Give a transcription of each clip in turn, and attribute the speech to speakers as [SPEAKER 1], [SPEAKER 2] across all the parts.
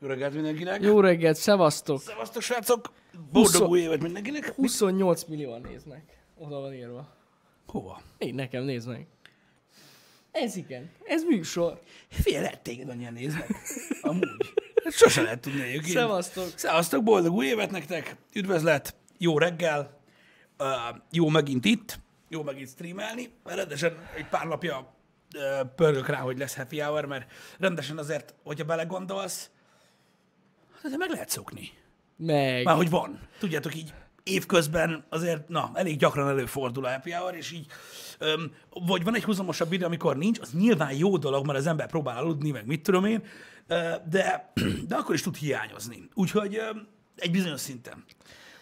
[SPEAKER 1] Jó reggelt mindenkinek!
[SPEAKER 2] Jó reggelt, szevasztok!
[SPEAKER 1] Szevasztok, srácok! Boldog
[SPEAKER 2] Huszon-
[SPEAKER 1] új évet mindenkinek!
[SPEAKER 2] 28 millióan néznek. Oda van írva.
[SPEAKER 1] Hova?
[SPEAKER 2] Én nekem néznek. Ez igen. Ez műsor.
[SPEAKER 1] Figyelj, lehet téged annyian néznek. Amúgy. Hát Sose lehet tudni egyébként.
[SPEAKER 2] Szevasztok.
[SPEAKER 1] Szevasztok, boldog új évet nektek! Üdvözlet, jó reggel, uh, jó megint itt, jó megint streamelni. Rendesen egy pár napja uh, pörgök rá, hogy lesz happy hour, mert rendesen azért, hogyha belegondolsz, hát azért meg lehet szokni.
[SPEAKER 2] Meg.
[SPEAKER 1] Már hogy van. Tudjátok, így évközben azért, na, elég gyakran előfordul a happy hour, és így, öm, vagy van egy húzamosabb idő, amikor nincs, az nyilván jó dolog, mert az ember próbál aludni, meg mit tudom én, ö, de, de akkor is tud hiányozni. Úgyhogy öm, egy bizonyos szinten.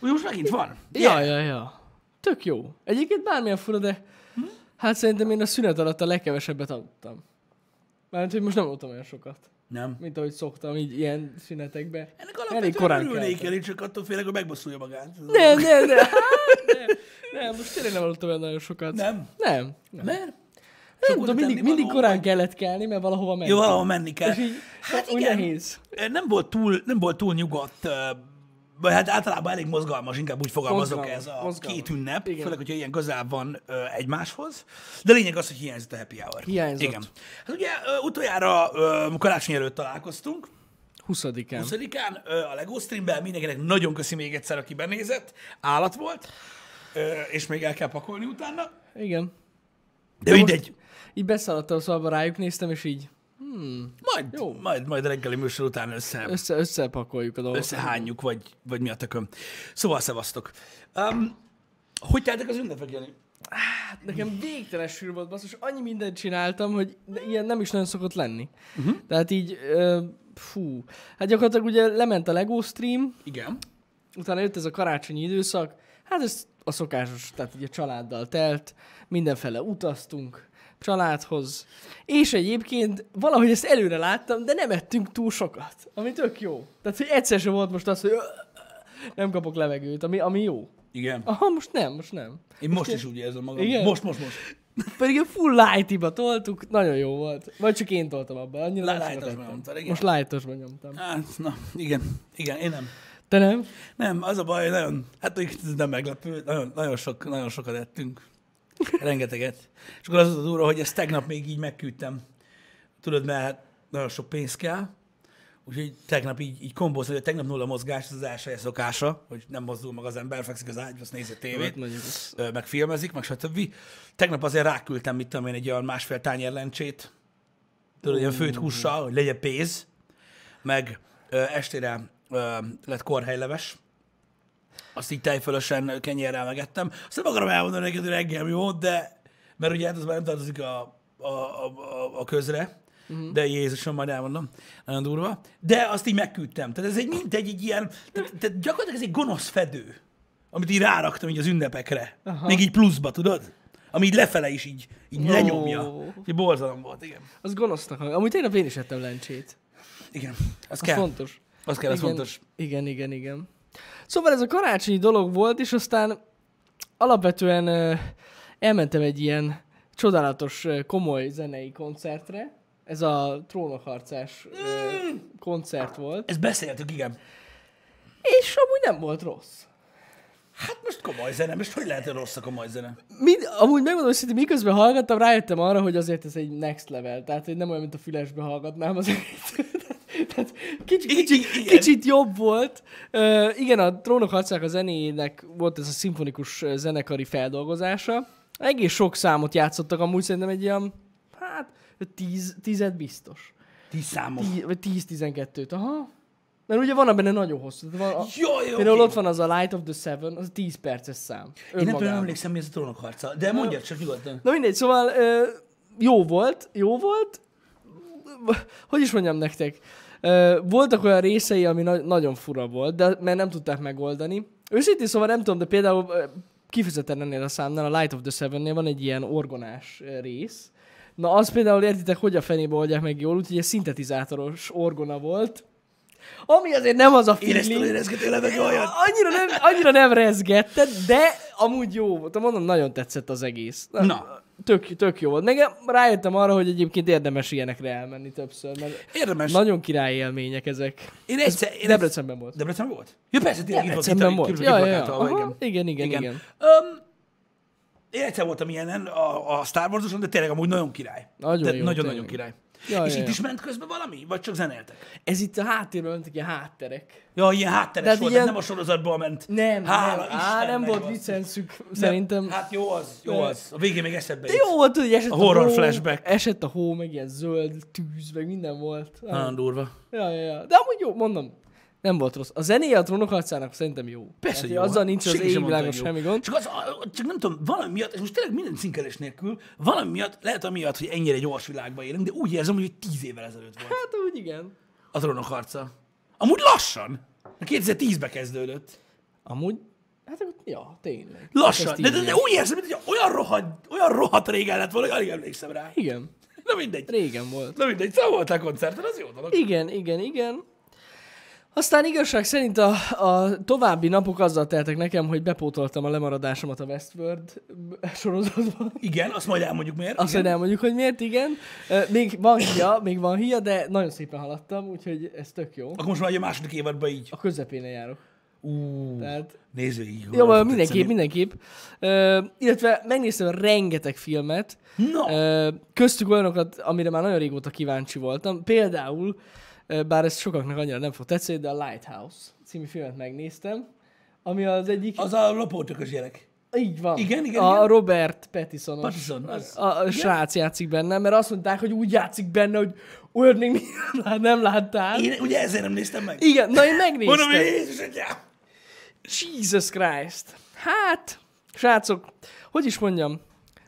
[SPEAKER 1] Úgy most megint van.
[SPEAKER 2] Ja, ja, ja. Tök jó. Egyébként bármilyen fura, de hát szerintem én a szünet alatt a legkevesebbet aludtam. Mert hogy most nem aludtam olyan sokat,
[SPEAKER 1] Nem.
[SPEAKER 2] mint ahogy szoktam, így ilyen szünetekbe.
[SPEAKER 1] Ennek alapvetően
[SPEAKER 2] korán
[SPEAKER 1] örülnék
[SPEAKER 2] keltem.
[SPEAKER 1] el, én csak attól félek, hogy megbosszulja magát.
[SPEAKER 2] Ne, ne, ne. Hát, ne. Nem, most tényleg nem aludtam olyan nagyon sokat.
[SPEAKER 1] Nem.
[SPEAKER 2] Nem. nem.
[SPEAKER 1] Mert?
[SPEAKER 2] Nem
[SPEAKER 1] oda
[SPEAKER 2] tudom, mindig,
[SPEAKER 1] tennivaló,
[SPEAKER 2] mindig korán kellett kelni, mert valahova mentem.
[SPEAKER 1] Jó, valahol menni kell.
[SPEAKER 2] És így,
[SPEAKER 1] Hát
[SPEAKER 2] úgy
[SPEAKER 1] igen.
[SPEAKER 2] nehéz.
[SPEAKER 1] Nem volt túl, nem volt túl nyugodt, ö, vagy hát általában elég mozgalmas, inkább úgy fogalmazok
[SPEAKER 2] Mozgalmas,
[SPEAKER 1] ez a
[SPEAKER 2] mozgalmas.
[SPEAKER 1] két ünnep,
[SPEAKER 2] Igen.
[SPEAKER 1] igen. főleg, hogyha ilyen közel van ö, egymáshoz. De lényeg az, hogy hiányzott a happy hour.
[SPEAKER 2] Hiányzott.
[SPEAKER 1] Igen. Hát ugye ö, utoljára ö, karácsony előtt találkoztunk,
[SPEAKER 2] 20-án.
[SPEAKER 1] 20-án ö, a LEGO streamben mindenkinek nagyon köszi még egyszer, aki benézett, állat volt, ö, és még el kell pakolni utána.
[SPEAKER 2] Igen.
[SPEAKER 1] De, De mindegy,
[SPEAKER 2] Így beszaladtam a szobába, rájuk néztem, és így
[SPEAKER 1] majd, jó. majd, majd a reggeli műsor után össze,
[SPEAKER 2] össze, összepakoljuk a dolgokat.
[SPEAKER 1] összehányjuk, vagy, vagy mi a tököm. Szóval szevasztok. Um, hogy teltek az ünnepek, Jani?
[SPEAKER 2] Hát nekem végtelen sűrű volt, basszus, annyi mindent csináltam, hogy ne- ilyen nem is nagyon szokott lenni.
[SPEAKER 1] Mhm.
[SPEAKER 2] Uh-huh. Tehát így, ö, fú. Hát gyakorlatilag ugye lement a LEGO stream,
[SPEAKER 1] Igen.
[SPEAKER 2] utána jött ez a karácsonyi időszak, hát ez a szokásos, tehát ugye családdal telt, mindenfele utaztunk családhoz, és egyébként valahogy ezt előre láttam, de nem ettünk túl sokat, ami tök jó. Tehát, hogy egyszer sem volt most az, hogy nem kapok levegőt, ami, ami jó.
[SPEAKER 1] Igen.
[SPEAKER 2] Aha, most nem, most nem.
[SPEAKER 1] Én Ah, most is úgy érzem magam.
[SPEAKER 2] Igen?
[SPEAKER 1] Most, most, most.
[SPEAKER 2] Pedig a full light toltuk, nagyon jó volt. Vagy csak én toltam abban, annyira
[SPEAKER 1] Lá-
[SPEAKER 2] nem sokat
[SPEAKER 1] lightosban
[SPEAKER 2] ettem.
[SPEAKER 1] nyomtad, igen.
[SPEAKER 2] Most lightosban nyomtam.
[SPEAKER 1] Hát, na, igen. Igen, én nem.
[SPEAKER 2] Te nem?
[SPEAKER 1] Nem, az a baj, hogy nagyon, hát hogy ez nem meglepő, nagyon, nagyon, sok, nagyon sokat ettünk. Rengeteget. És akkor az volt a durva, hogy ezt tegnap még így megküldtem. Tudod, mert hát nagyon sok pénz kell, úgyhogy tegnap így, így kombóztam, hogy a tegnap nulla mozgás, ez az első szokása, hogy nem mozdul meg az ember, fekszik az ágyba, azt nézi a tévét.
[SPEAKER 2] Hát mondjuk az-
[SPEAKER 1] ö, meg filmezik, meg stb. Tegnap azért ráküldtem, mit tudom én, egy olyan másfél tányér lencsét, tudod, ilyen főt hússal, hogy legyen pénz, meg ö, estére ö, lett korhelyleves, azt így tejfölösen kenyérrel megettem. Azt nem akarom elmondani neked, hogy reggel mi volt, de mert ugye hát az már nem tartozik a, a, a, a- a közre,
[SPEAKER 2] Mhm.
[SPEAKER 1] uh-huh. de Jézusom, majd elmondom, nagyon durva. De azt így megküldtem. Tehát ez egy mindegy, egy ilyen, tehát, tehát gyakorlatilag ez egy gonosz fedő, amit így ráraktam így az ünnepekre. Aha. Még így pluszba, tudod? Ami így lefele is így, így
[SPEAKER 2] Ó.
[SPEAKER 1] lenyomja. Úgyhogy borzalom volt, igen.
[SPEAKER 2] Az gonosznak hang. Amúgy tegnap én is ettem lencsét.
[SPEAKER 1] Igen, az,
[SPEAKER 2] Az
[SPEAKER 1] kell.
[SPEAKER 2] fontos.
[SPEAKER 1] Az kell, az
[SPEAKER 2] igen,
[SPEAKER 1] fontos.
[SPEAKER 2] Igen, igen, igen. Szóval ez a karácsonyi dolog volt, és aztán alapvetően ö, elmentem egy ilyen csodálatos, ö, komoly zenei koncertre. Ez a trónokharcás ö, koncert volt.
[SPEAKER 1] Ezt beszéltük, igen.
[SPEAKER 2] És amúgy nem volt rossz.
[SPEAKER 1] Hát most komoly zene, most hogy lehet, hogy rossz a komoly zene?
[SPEAKER 2] Mind, amúgy megmondom, hogy miközben hallgattam, rájöttem arra, hogy azért ez egy next level. Tehát, hogy nem olyan, mint a fülesbe hallgatnám az Tehát kicsit, kicsit,
[SPEAKER 1] Igen.
[SPEAKER 2] kicsit jobb volt. Ö, igen, a Trónok harcák a zenének volt ez a szimfonikus ö, zenekari feldolgozása. Egész sok számot játszottak, amúgy szerintem egy ilyen, hát, tíz, tized biztos.
[SPEAKER 1] Tíz számok.
[SPEAKER 2] Tíz, vagy 10-12-t, aha. Mert ugye van benne nagyon hosszú. Tehát van a,
[SPEAKER 1] Jaj, jó,
[SPEAKER 2] például
[SPEAKER 1] oké.
[SPEAKER 2] ott van az a Light of the Seven, az 10 perces szám.
[SPEAKER 1] Én nem tudom,
[SPEAKER 2] önmagában.
[SPEAKER 1] emlékszem, mi ez a trónok harca, de mondjad csak nyugodtan.
[SPEAKER 2] Na mindegy, szóval ö, jó volt, jó volt. Hogy is mondjam nektek? Ö, voltak olyan részei, ami na- nagyon fura volt, de mert nem tudták megoldani. Őszintén szóval nem tudom, de például ö, kifejezetten ennél a számnál, a Light of the Seven-nél van egy ilyen orgonás ö, rész. Na az például értitek, hogy a fenébe oldják meg jól, úgyhogy egy szintetizátoros orgona volt. Ami azért nem az a
[SPEAKER 1] Én ezt
[SPEAKER 2] feeling.
[SPEAKER 1] érezgető levegő olyan.
[SPEAKER 2] Annyira nem, annyira nem rezgetted, de amúgy jó volt. Mondom, nagyon tetszett az egész.
[SPEAKER 1] Na.
[SPEAKER 2] tök, tök jó volt. Nekem rájöttem arra, hogy egyébként érdemes ilyenekre elmenni többször, mert
[SPEAKER 1] Érdemes.
[SPEAKER 2] nagyon király élmények ezek.
[SPEAKER 1] én egyszer... Én egyszer-
[SPEAKER 2] Debrecenben volt.
[SPEAKER 1] Debrecen volt? Ja, persze, tényleg itt volt.
[SPEAKER 2] Debrecenben
[SPEAKER 1] itt-
[SPEAKER 2] volt.
[SPEAKER 1] itt-
[SPEAKER 2] Ja,
[SPEAKER 1] itt
[SPEAKER 2] ja, ja.
[SPEAKER 1] plakátolva,
[SPEAKER 2] Aha,
[SPEAKER 1] igen.
[SPEAKER 2] igen, igen,
[SPEAKER 1] Igen.
[SPEAKER 2] igen.
[SPEAKER 1] Öm, én egyszer voltam ilyenen a, a Star wars de tényleg amúgy nagyon király.
[SPEAKER 2] Nagyon
[SPEAKER 1] Tehát
[SPEAKER 2] jó,
[SPEAKER 1] Nagyon-nagyon
[SPEAKER 2] tényleg.
[SPEAKER 1] király.
[SPEAKER 2] Ja,
[SPEAKER 1] és
[SPEAKER 2] ja,
[SPEAKER 1] itt
[SPEAKER 2] ja.
[SPEAKER 1] is ment közben valami? Vagy csak zenéltek?
[SPEAKER 2] Ez itt a háttérben mentek ilyen hátterek.
[SPEAKER 1] Ja, ilyen hátteres
[SPEAKER 2] Tehát
[SPEAKER 1] volt, ilyen...
[SPEAKER 2] ilyen-
[SPEAKER 1] nem a sorozatból ment.
[SPEAKER 2] Nem,
[SPEAKER 1] Hála
[SPEAKER 2] nem. Á, nem
[SPEAKER 1] Istennek,
[SPEAKER 2] volt
[SPEAKER 1] basszus.
[SPEAKER 2] licenszük, szerintem.
[SPEAKER 1] Hát jó az, jó az. A végén még eszedbe
[SPEAKER 2] De
[SPEAKER 1] jut.
[SPEAKER 2] jó volt, hogy esett a,
[SPEAKER 1] horror
[SPEAKER 2] hó,
[SPEAKER 1] flashback.
[SPEAKER 2] Esett a hó, meg ilyen zöld tűz, meg minden volt. Ah,
[SPEAKER 1] Nagyon durva.
[SPEAKER 2] ja, ja, ja. De amúgy jó, mondom, nem volt rossz. A zenéje a trónok harcának szerintem jó.
[SPEAKER 1] Persze,
[SPEAKER 2] Tehát
[SPEAKER 1] hogy jó.
[SPEAKER 2] Hát
[SPEAKER 1] hát
[SPEAKER 2] Azzal nincs az
[SPEAKER 1] Senki sem mondta,
[SPEAKER 2] éjvilágos
[SPEAKER 1] hogy jó.
[SPEAKER 2] semmi gond.
[SPEAKER 1] Csak, az, a- csak nem tudom, valami miatt, és most tényleg minden cinkelés nélkül, valami miatt, lehet amiatt, hogy ennyire gyors világban élünk, de úgy érzem, hogy tíz évvel ezelőtt volt
[SPEAKER 2] Hát úgy igen.
[SPEAKER 1] a trónok harca. Amúgy lassan. 2010-ben kezdődött.
[SPEAKER 2] Amúgy, hát akkor, ja, tényleg.
[SPEAKER 1] Lassan.
[SPEAKER 2] Ezt
[SPEAKER 1] De, de,
[SPEAKER 2] így
[SPEAKER 1] de,
[SPEAKER 2] ér.
[SPEAKER 1] úgy érzem, hogy olyan rohadt, olyan rohadt régen lett volna, hogy alig emlékszem rá.
[SPEAKER 2] Igen,
[SPEAKER 1] Na mindegy.
[SPEAKER 2] régen volt.
[SPEAKER 1] Na mindegy, szóval voltál koncerten, az jó dolog.
[SPEAKER 2] Igen, igen, igen. Aztán igazság szerint a, a további napok azzal teltek nekem, hogy bepótoltam a lemaradásomat a Westworld sorozatban.
[SPEAKER 1] Igen, azt majd elmondjuk miért.
[SPEAKER 2] Azt
[SPEAKER 1] Igen.
[SPEAKER 2] hogy elmondjuk, hogy miért, igen. Ö, Még van hia, még van hia, de nagyon szépen haladtam, úgyhogy ez tök jó.
[SPEAKER 1] Akkor most már ugye a második évadban így.
[SPEAKER 2] A közepén járok.
[SPEAKER 1] Ú,
[SPEAKER 2] Tehát,
[SPEAKER 1] néző így.
[SPEAKER 2] jó, jó mindenképp, mindenképp. Ö, illetve megnéztem rengeteg filmet,
[SPEAKER 1] Na,
[SPEAKER 2] Ö, köztük olyanokat, amire már nagyon régóta kíváncsi voltam. Például, ö, bár ez sokaknak annyira nem fog tetszeni, de a Lighthouse című filmet megnéztem, ami az egyik...
[SPEAKER 1] az a lopótökös gyerek.
[SPEAKER 2] Így van.
[SPEAKER 1] Igen, igen,
[SPEAKER 2] A
[SPEAKER 1] igen.
[SPEAKER 2] Robert Pattinson.
[SPEAKER 1] Pattinson, az.
[SPEAKER 2] A, a srác játszik benne, mert azt mondták, hogy úgy játszik benne, hogy olyan még nem lát- nem láttál.
[SPEAKER 1] Én ugye ezért nem néztem meg.
[SPEAKER 2] Igen, na én megnéztem.
[SPEAKER 1] Mondom, hogy Jézus atyám!
[SPEAKER 2] Jesus Christ. Hát, srácok, hogy is mondjam?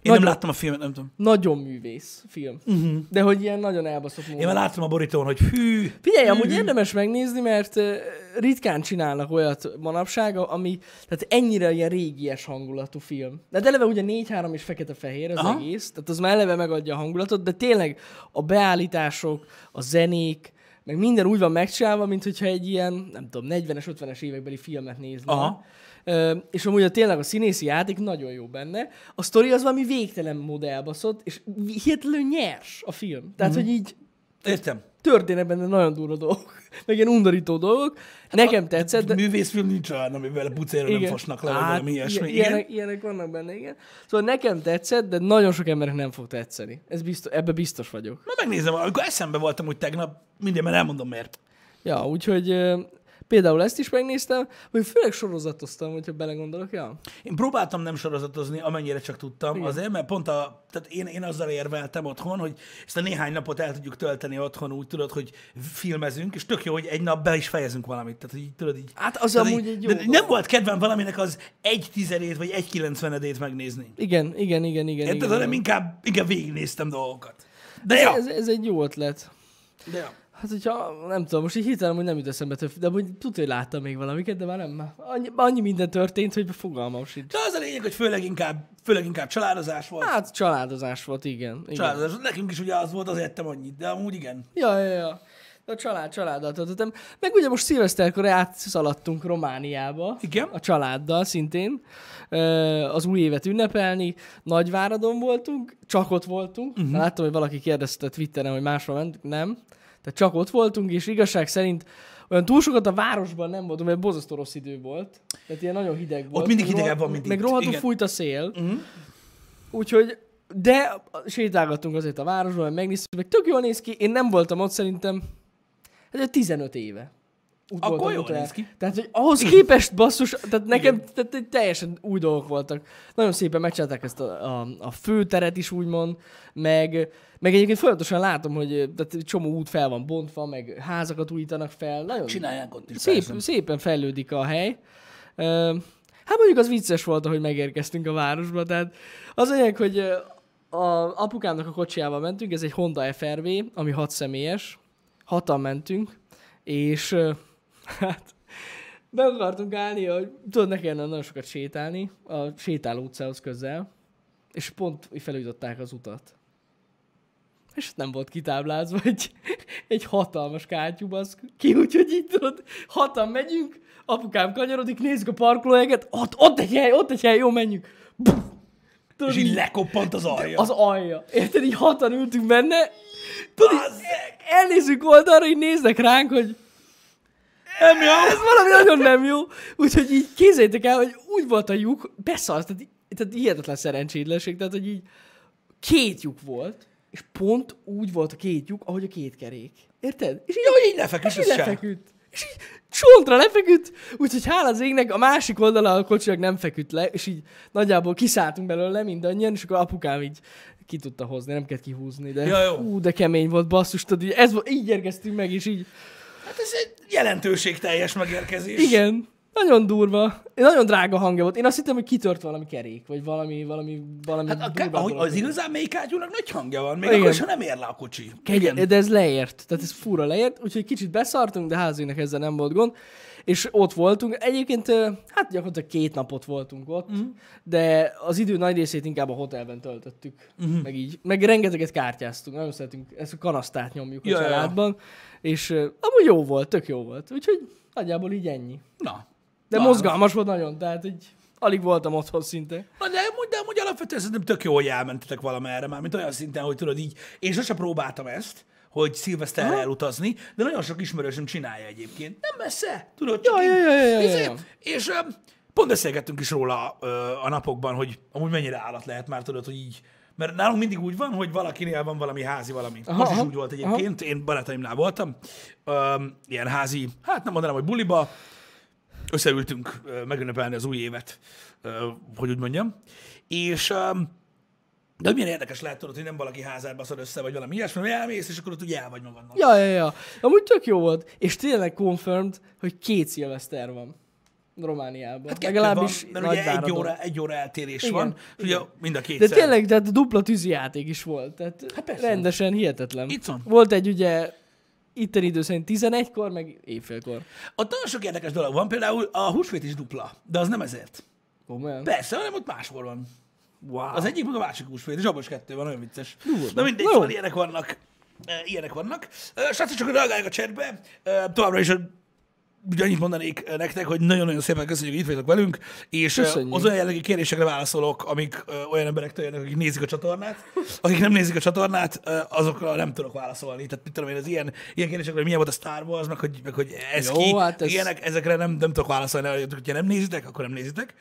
[SPEAKER 1] Én nem Mhm.
[SPEAKER 2] nagyon,
[SPEAKER 1] láttam a filmet, nem tudom.
[SPEAKER 2] nagyon művész film. Uh-huh. De hogy ilyen nagyon elbaszott módon.
[SPEAKER 1] Én már láttam a borítón, hogy hű,
[SPEAKER 2] Figyelj, amúgy érdemes megnézni, mert ö, ritkán csinálnak olyat manapság, ami tehát ennyire ilyen régies hangulatú film. De hát eleve ugye 4-3 és fekete-fehér az
[SPEAKER 1] Aha.
[SPEAKER 2] Aha. egész, tehát az már eleve megadja a hangulatot, de tényleg a beállítások, a zenék, meg minden úgy van megcsinálva, mint hogyha egy ilyen, nem tudom, 40-es, 50-es évekbeli filmet nézni.
[SPEAKER 1] Aha.
[SPEAKER 2] Ö, és amúgy a tényleg a színészi játék nagyon jó benne. A sztori az valami végtelen mód elbaszott, és hihetetlenül nyers a film. Tehát, mm-hmm. hogy így
[SPEAKER 1] értem.
[SPEAKER 2] történnek benne nagyon durva dolgok, meg ilyen undorító dolgok. Nekem tetszett, de... Hát
[SPEAKER 1] Művészfilm nincs olyan, amivel pucéről Hát nem fosnak le, vagy valami ilyesmi.
[SPEAKER 2] ilyen-
[SPEAKER 1] Igen.
[SPEAKER 2] Ilyenek, ilyenek vannak benne, igen. Szóval nekem tetszett, de nagyon sok embernek nem fog tetszeni. Ez biztos, ebbe biztos vagyok.
[SPEAKER 1] Na megnézem, amikor eszembe voltam úgy tegnap, mindjárt már elmondom miért.
[SPEAKER 2] Ja, úgyhogy ö, például ezt is megnéztem, vagy főleg sorozatoztam, hogyha belegondolok, ja.
[SPEAKER 1] Én próbáltam nem sorozatozni, amennyire csak tudtam, Igen. azért, mert pont a, tehát én, én azzal érveltem otthon, hogy ezt a néhány napot el tudjuk tölteni otthon, úgy tudod, hogy filmezünk, és tök jó, hogy egy nap be is fejezünk valamit. Tehát, hogy így, tudod, így,
[SPEAKER 2] Hát az
[SPEAKER 1] tehát
[SPEAKER 2] amúgy
[SPEAKER 1] így-
[SPEAKER 2] egy jó
[SPEAKER 1] de
[SPEAKER 2] dolog.
[SPEAKER 1] Nem volt kedvem valaminek az egy tizedét, vagy egy kilencvenedét megnézni.
[SPEAKER 2] Igen, igen, igen, igen.
[SPEAKER 1] Érted,
[SPEAKER 2] igen,
[SPEAKER 1] hanem
[SPEAKER 2] igen.
[SPEAKER 1] inkább, inkább végignéztem dolgokat. De ja,
[SPEAKER 2] Ez, ez egy jó ötlet.
[SPEAKER 1] de ja.
[SPEAKER 2] Hát, hogyha nem tudom, most így hirtelen, hogy nem jut eszembe több, de hogy tudja, hogy láttam még valamiket, de már nem. már Annyi, annyi minden történt, hogy fogalmam sincs.
[SPEAKER 1] De az a lényeg, hogy főleg inkább, főleg inkább családozás volt.
[SPEAKER 2] Hát családozás volt, igen. igen.
[SPEAKER 1] Családozás. Hát Nekünk is ugye az volt, azért ettem annyit, de amúgy igen.
[SPEAKER 2] Ja, ja, ja. De a család, családdal töltöttem. Meg ugye most szilveszterkor átszaladtunk Romániába.
[SPEAKER 1] Igen.
[SPEAKER 2] A családdal szintén. Ö, Az új évet ünnepelni. Nagyváradon voltunk, csak ott voltunk. Uh-huh. Láttam, hogy valaki kérdezte Twitteren, hogy máshol mentünk. Nem. Tehát csak ott voltunk, és igazság szerint olyan túl sokat a városban nem voltunk, mert borzasztó rossz idő volt. Tehát ilyen nagyon hideg volt.
[SPEAKER 1] mindig
[SPEAKER 2] Meg
[SPEAKER 1] hidegebb
[SPEAKER 2] rohadt-
[SPEAKER 1] van, mint
[SPEAKER 2] Meg
[SPEAKER 1] itt.
[SPEAKER 2] rohadtul
[SPEAKER 1] Igen. Mhm.
[SPEAKER 2] fújt a szél. Uh-huh. Úgyhogy, de sétálgattunk azért a városban, meg megnéztük, meg tök jól néz ki. Én nem voltam ott szerintem, ez egy 15 éve. Úgy
[SPEAKER 1] Akkor
[SPEAKER 2] voltam
[SPEAKER 1] jól
[SPEAKER 2] utoljára.
[SPEAKER 1] néz ki.
[SPEAKER 2] Tehát, hogy ahhoz képest basszus, tehát nekem tehát, egy teljesen új dolgok voltak. Nagyon szépen megcsinálták ezt a, a, a főteret is, úgymond, meg, meg egyébként folyamatosan látom, hogy ö, tehát egy csomó út fel van bontva, meg házakat újítanak fel. Nagyon
[SPEAKER 1] Csinálják ott is.
[SPEAKER 2] szép,
[SPEAKER 1] persze.
[SPEAKER 2] szépen fejlődik a hely. Ö, Hát mondjuk az vicces volt, hogy megérkeztünk a városba, tehát az anyag, hogy ö, a apukámnak a kocsijával mentünk, ez egy Honda FRV, ami hat személyes, hatan mentünk, és ö, hát be akartunk állni, hogy tudod, neki kellene nagyon sokat sétálni, a sétáló utcához közel, és pont felújították az utat. És nem volt kitáblázva egy, egy hatalmas kátyú, baszk ki, úgyhogy így tudod, hatan megyünk, apukám kanyarodik, nézzük a parkolóhelyet, ott, ott egy hely, ott egy hely, jó, menjünk. Bum! Tudod,
[SPEAKER 1] és így lekoppant az alja.
[SPEAKER 2] az alja. Érted, így hatan ültünk benne, tudod, így elnézünk oldalra, így néznek ránk, hogy
[SPEAKER 1] nem jó.
[SPEAKER 2] ez valami nagyon nem jó. Úgyhogy így képzeljétek el, hogy úgy volt a lyuk, beszarsz, tehát, tehát hihetetlen szerencsétlenség, tehát hogy így két lyuk volt, és pont úgy volt a két lyuk, ahogy a két kerék. Érted? És így,
[SPEAKER 1] Jó, hogy így lefeküdt
[SPEAKER 2] és így
[SPEAKER 1] össze.
[SPEAKER 2] lefeküdt. És így csontra lefeküdt, úgyhogy hála az égnek, a másik oldala a kocsinak nem feküdt le, és így nagyjából kiszálltunk belőle mindannyian, és akkor apukám így ki tudta hozni, nem kellett kihúzni, de
[SPEAKER 1] Ja, jó.
[SPEAKER 2] ú, de kemény volt basszus, tudod, így, ez, volt- így érkeztünk meg, és így
[SPEAKER 1] Hát ez egy jelentőségteljes megérkezés.
[SPEAKER 2] igen, nagyon durva. Nagyon drága hangja volt. Én azt hittem, hogy kitört valami kerék, vagy valami, valami, valami
[SPEAKER 1] Hát a,
[SPEAKER 2] durvább
[SPEAKER 1] ke- ahogy
[SPEAKER 2] dolog.
[SPEAKER 1] az igazán melyik ágyúnak nagy hangja van, még
[SPEAKER 2] Igen.
[SPEAKER 1] akkor is, ha nem ér le a kocsi.
[SPEAKER 2] Kegyen, de ez leért. Tehát ez fura leért, úgyhogy kicsit beszartunk, de házének ezzel nem volt gond. És ott voltunk. Egyébként, ö, hát gyakorlatilag két napot voltunk ott,
[SPEAKER 1] Mhm.
[SPEAKER 2] mm. de az idő nagy részét inkább a hotelben töltöttük.
[SPEAKER 1] Mhm.
[SPEAKER 2] Mm. Meg így. Meg rengeteget kártyáztunk. Nagyon szeretünk, ezt a kanasztát nyomjuk
[SPEAKER 1] Ja,
[SPEAKER 2] a
[SPEAKER 1] ja, ja.
[SPEAKER 2] családban. És ö, amúgy jó volt, tök jó volt. Úgyhogy nagyjából így ennyi.
[SPEAKER 1] Na.
[SPEAKER 2] De
[SPEAKER 1] Na,
[SPEAKER 2] mozgalmas volt nagyon, tehát így alig voltam otthon szinte.
[SPEAKER 1] Na, de, amúgy, de amúgy alapvetően szerintem tök jó, hogy elmentetek valamerre már, mint olyan szinten, hogy tudod így, én sose próbáltam ezt, hogy szilveszterre elutazni, de nagyon sok ismerősöm csinálja egyébként. Nem messze, tudod, csak
[SPEAKER 2] Ja,
[SPEAKER 1] így-
[SPEAKER 2] ja, ja, ja, ja,
[SPEAKER 1] izé.
[SPEAKER 2] ja.
[SPEAKER 1] És öm, pont beszélgettünk is róla ö, a napokban, hogy amúgy mennyire állat lehet már, tudod, hogy így mert nálunk mindig úgy van, hogy valakinél van valami házi valami.
[SPEAKER 2] Aha,
[SPEAKER 1] Aha, Most is
[SPEAKER 2] aha,
[SPEAKER 1] úgy volt egyébként, aha. én barátaimnál voltam, öm, ilyen házi, hát nem mondanám, hogy buliba, összeültünk ö, megünnepelni az új évet, ö, hogy úgy mondjam. És öm, de hogy milyen érdekes lehet tudod, hogy nem valaki házát baszod össze, vagy valami ilyesmi, mert elmész, és akkor ott ugye el vagy magadnak.
[SPEAKER 2] Ja, ja, ja. Amúgy tök jó volt. És tényleg confirmed, hogy két szilveszter van. Romániában. Hát
[SPEAKER 1] Kettő
[SPEAKER 2] Legalábbis
[SPEAKER 1] van,
[SPEAKER 2] van,
[SPEAKER 1] mert ugye egy
[SPEAKER 2] nagy
[SPEAKER 1] óra, egy óra eltérés
[SPEAKER 2] Igen,
[SPEAKER 1] igen, van, és ugye mind a
[SPEAKER 2] De
[SPEAKER 1] kétszer.
[SPEAKER 2] tényleg, tehát dupla tűzijáték is volt. Tehát
[SPEAKER 1] Hát
[SPEAKER 2] hát
[SPEAKER 1] persze.
[SPEAKER 2] rendesen hihetetlen.
[SPEAKER 1] Itt van.
[SPEAKER 2] Volt egy ugye itten idő szerint 11-kor, meg éjfélkor.
[SPEAKER 1] Ott nagyon sok érdekes dolog van, például a húsvét is dupla, de az nem ezért.
[SPEAKER 2] Komolyan.
[SPEAKER 1] Persze, hanem ott máshol van.
[SPEAKER 2] Wow.
[SPEAKER 1] Az egyik, meg a másik húsvét, és abban is kettő van, olyan vicces. Na
[SPEAKER 2] Na
[SPEAKER 1] mindegy,
[SPEAKER 2] jó.
[SPEAKER 1] szóval ilyenek vannak. E, Ilyenek vannak. E, Srácok, csak reagálják a chatbe. E, Továbbra is a Ugye annyit mondanék e, nektek, hogy nagyon-nagyon szépen köszönjük, hogy itt vagytok velünk, és e,
[SPEAKER 2] Köszönjük.
[SPEAKER 1] az olyan jellegű kérdésekre válaszolok, amik e, olyan emberektől jönnek, akik nézik a csatornát. Akik nem nézik a csatornát, e, azokra nem tudok válaszolni. Tehát mit tudom én, az ilyen, ilyen kérdésekre, hogy milyen volt a Star Wars, meg hogy, meg, hogy ez
[SPEAKER 2] Jó,
[SPEAKER 1] ki,
[SPEAKER 2] hát ez-
[SPEAKER 1] ilyenek, ezekre nem, nem tudok válaszolni, hogyha nem nézitek, akkor nem nézitek.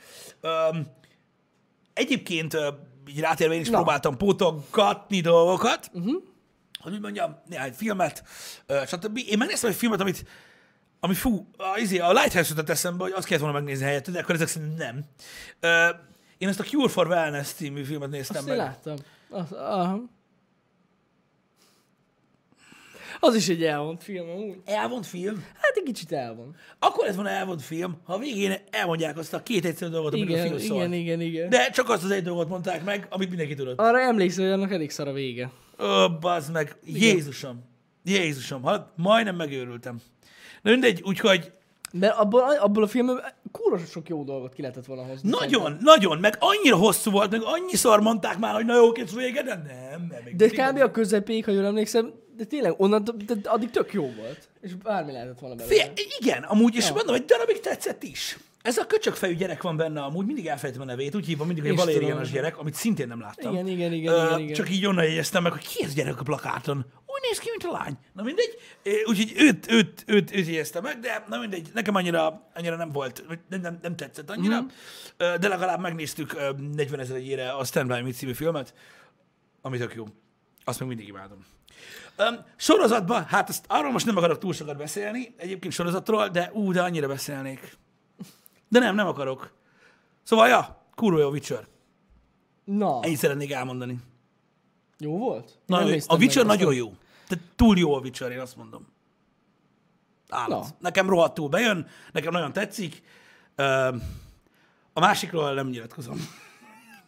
[SPEAKER 1] Um, Egyébként ö, így rátérve én is
[SPEAKER 2] Na.
[SPEAKER 1] próbáltam pótogatni dolgokat, uh-huh. hogy úgy mondjam, néhány filmet, ö, stb. Én megnéztem egy filmet, amit, ami fú, a, izé, a Lighthouse jutott eszembe, hogy azt kellett volna megnézni helyette, de akkor ezek szerint nem. Ö, Én ezt a Cure for Wellness című filmet néztem
[SPEAKER 2] Azt
[SPEAKER 1] meg.
[SPEAKER 2] én láttam. Az, aha. az is egy elvont film, amúgy.
[SPEAKER 1] Elvont film?
[SPEAKER 2] Hát egy kicsit elvont.
[SPEAKER 1] Akkor lett volna elvont film, ha a végén elmondják azt a két egyszerű dolgot, amit a
[SPEAKER 2] Igen,
[SPEAKER 1] film szól.
[SPEAKER 2] igen, igen, igen.
[SPEAKER 1] De csak azt az egy dolgot mondták meg, amit mindenki tudott.
[SPEAKER 2] Arra emlékszel, hogy annak elég szar a vége.
[SPEAKER 1] Ó, bazd meg. Jézusom. Jézusom. Hát, majdnem megőrültem. Na mindegy, úgyhogy
[SPEAKER 2] Mert abból, abból a filmben kúros sok jó dolgot ki lehetett volna hozni.
[SPEAKER 1] nagyon,
[SPEAKER 2] szerintem.
[SPEAKER 1] nagyon, meg annyira hosszú volt, meg annyiszor mondták már, hogy na jó, kész vége, de nem, nem. még
[SPEAKER 2] De
[SPEAKER 1] mindig
[SPEAKER 2] kb.
[SPEAKER 1] van.
[SPEAKER 2] a közepéig, ha jól emlékszem, de tényleg onnan, de de addig tök jó volt. És bármi lehetett volna belőle.
[SPEAKER 1] Fé, igen, amúgy, és mondom, egy darabig tetszett is. Ez a köcsökfejű gyerek van benne amúgy, mindig elfelejtem a nevét, úgy hívom mindig, hogy
[SPEAKER 2] És
[SPEAKER 1] Valérianos
[SPEAKER 2] tudom.
[SPEAKER 1] gyerek, amit szintén nem láttam.
[SPEAKER 2] Igen, igen, igen,
[SPEAKER 1] Ö,
[SPEAKER 2] igen, igen.
[SPEAKER 1] Csak így onnan jegyeztem meg, hogy ki ez a gyerek a plakáton. Úgy néz ki, mint a lány. Na mindegy, Ö, úgyhogy őt, őt, őt, őt jegyeztem meg, de na mindegy, nekem annyira, annyira nem volt, vagy nem, nem, nem tetszett annyira,
[SPEAKER 2] Mhm.
[SPEAKER 1] Ö, de legalább megnéztük ö, 40 ezer egyére a Stand By Me című filmet, ami tök jó. Azt még mindig imádom. Um, sorozatban, hát ezt, arról most nem akarok túl sokat beszélni, egyébként sorozatról, de ú, de annyira beszélnék. De nem, nem akarok. Szóval, ja, kurva jó Witcher.
[SPEAKER 2] Na,
[SPEAKER 1] Ennyit szeretnék elmondani.
[SPEAKER 2] jó volt? Én
[SPEAKER 1] Na,
[SPEAKER 2] nem
[SPEAKER 1] ő- a
[SPEAKER 2] néztem
[SPEAKER 1] Witcher
[SPEAKER 2] meg,
[SPEAKER 1] nagyon jó. Tehát túl jó a Witcher, én azt mondom. Állat.
[SPEAKER 2] Na.
[SPEAKER 1] Nekem rohadtul bejön, nekem nagyon tetszik. Öm, A másikról nem nyilatkozom.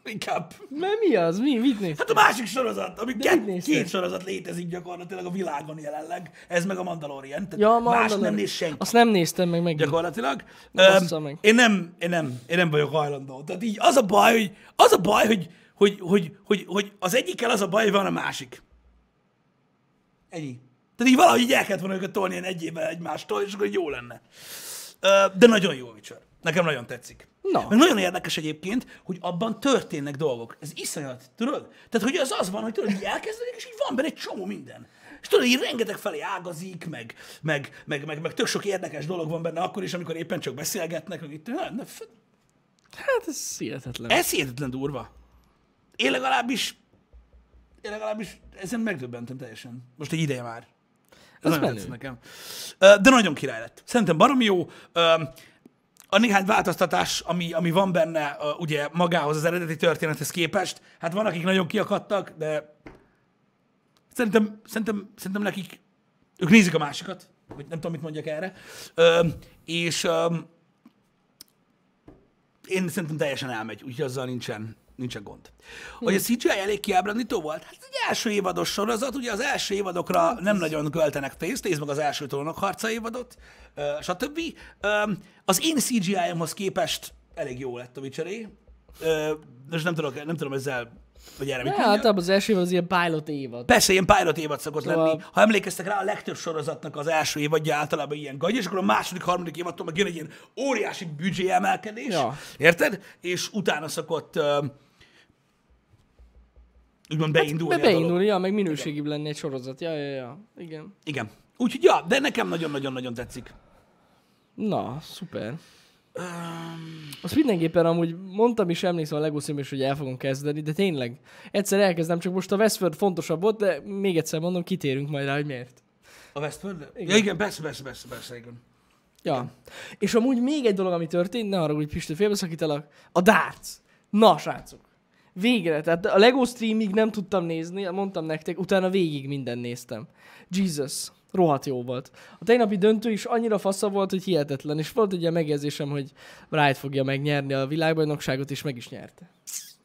[SPEAKER 1] Inkább.
[SPEAKER 2] aztán- Mert mi az? Mi? Mit néz?
[SPEAKER 1] Hát a másik sorozat, ami
[SPEAKER 2] mit
[SPEAKER 1] két,
[SPEAKER 2] nézted?
[SPEAKER 1] két sorozat létezik gyakorlatilag a világon jelenleg. Ez meg a Mandalorian. Tehát
[SPEAKER 2] Ja,
[SPEAKER 1] más
[SPEAKER 2] Mandalorian.
[SPEAKER 1] nem néz senki
[SPEAKER 2] Azt nem néztem meg meg.
[SPEAKER 1] gyakorlatilag.
[SPEAKER 2] Na,
[SPEAKER 1] Öm,
[SPEAKER 2] bassza meg.
[SPEAKER 1] én, nem, én, nem, én nem vagyok hajlandó. Tehát így az a baj, hogy, az a baj, hogy, hogy, hogy, hogy, hogy az egyikkel az a baj, hogy van a másik. Ennyi. Tehát így valahogy így el kellett volna őket tolni ilyen egy évvel egymástól, és akkor így jó lenne. Ö, De nagyon jó a Witcher. Nekem nagyon tetszik.
[SPEAKER 2] Na.
[SPEAKER 1] Meg nagyon érdekes egyébként, hogy abban történnek dolgok. Ez iszonyat, tudod? Tehát, hogy az az van, hogy tudod, így elkezdenek, és így van benne egy csomó minden. És tudod, így rengeteg felé ágazik, meg, meg, meg, meg, meg tök sok érdekes dolog van benne akkor is, amikor éppen csak beszélgetnek, meg itt, na, na, f-
[SPEAKER 2] Hát ez hihetetlen.
[SPEAKER 1] ez hihetetlen durva. Én legalábbis, én legalábbis ezen megdöbbentem teljesen. Most egy ideje már. Ez,
[SPEAKER 2] Ez
[SPEAKER 1] nagyon
[SPEAKER 2] menő.
[SPEAKER 1] tetszett nekem. Ö, De nagyon király lett. Szerintem baromi jó. Ö, A néhány változtatás, ami, ami van benne, ö, ugye magához az eredeti történethez képest, hát van, akik nagyon kiakadtak, de szerintem, szerintem, szerintem nekik, ők nézik a másikat, vagy nem tudom, mit mondjak erre, Ö, és ö, én szerintem teljesen elmegy, úgyhogy azzal nincsen, nincsen gond. Hogy a CGI elég kiábrándító volt? Hát ez egy első évados sorozat, ugye az első évadokra nem nagyon költenek pénzt, nézd meg az első trónok harca évadot, ö, stb. Ö, Az én CGI-omhoz képest elég jó lett a vicseré, és nem tudok, nem tudom ezzel, vagy erre mit
[SPEAKER 2] Ne,
[SPEAKER 1] mondjak.
[SPEAKER 2] általában az első évad az ilyen pilot évad.
[SPEAKER 1] Persze, ilyen pilot évad szokott
[SPEAKER 2] Szóval-
[SPEAKER 1] lenni. Ha emlékeztek rá, a legtöbb sorozatnak az első évadja általában ilyen gagy, és akkor a második, harmadik évadtól meg jön egy ilyen óriási büdzsé emelkedés.
[SPEAKER 2] Ja.
[SPEAKER 1] Érted? És utána szokott ö, úgymond beindulni
[SPEAKER 2] Be
[SPEAKER 1] hát, a dolog.
[SPEAKER 2] beindulni, ja, meg minőségibb lenne egy sorozat. Ja, ja, ja. Igen.
[SPEAKER 1] Igen. Úgyhogy ja, de nekem nagyon-nagyon-nagyon tetszik.
[SPEAKER 2] Na, szuper. Azt mindenképpen amúgy mondtam is, emlékszem a leguszim is, hogy el fogom kezdeni, de tényleg. Egyszer elkezdem, csak most a Westworld fontosabb volt, de még egyszer mondom, kitérünk majd rá, hogy miért.
[SPEAKER 1] A Westworld? Igen.
[SPEAKER 2] Igen.
[SPEAKER 1] Ja, igen, persze, persze, persze, persze, igen.
[SPEAKER 2] Ja. És amúgy még egy dolog, ami történt, ne arra, hogy Pistő félbeszakítalak, a darts. Na, srácok. Végre, tehát a LEGO streamig nem tudtam nézni, mondtam nektek, utána végig minden néztem. Jesus, rohadt jó volt. A tegnapi döntő is annyira fasza volt, hogy hihetetlen, és volt egy ilyen megjegyzésem, hogy Wright fogja megnyerni a világbajnokságot, és meg is nyerte.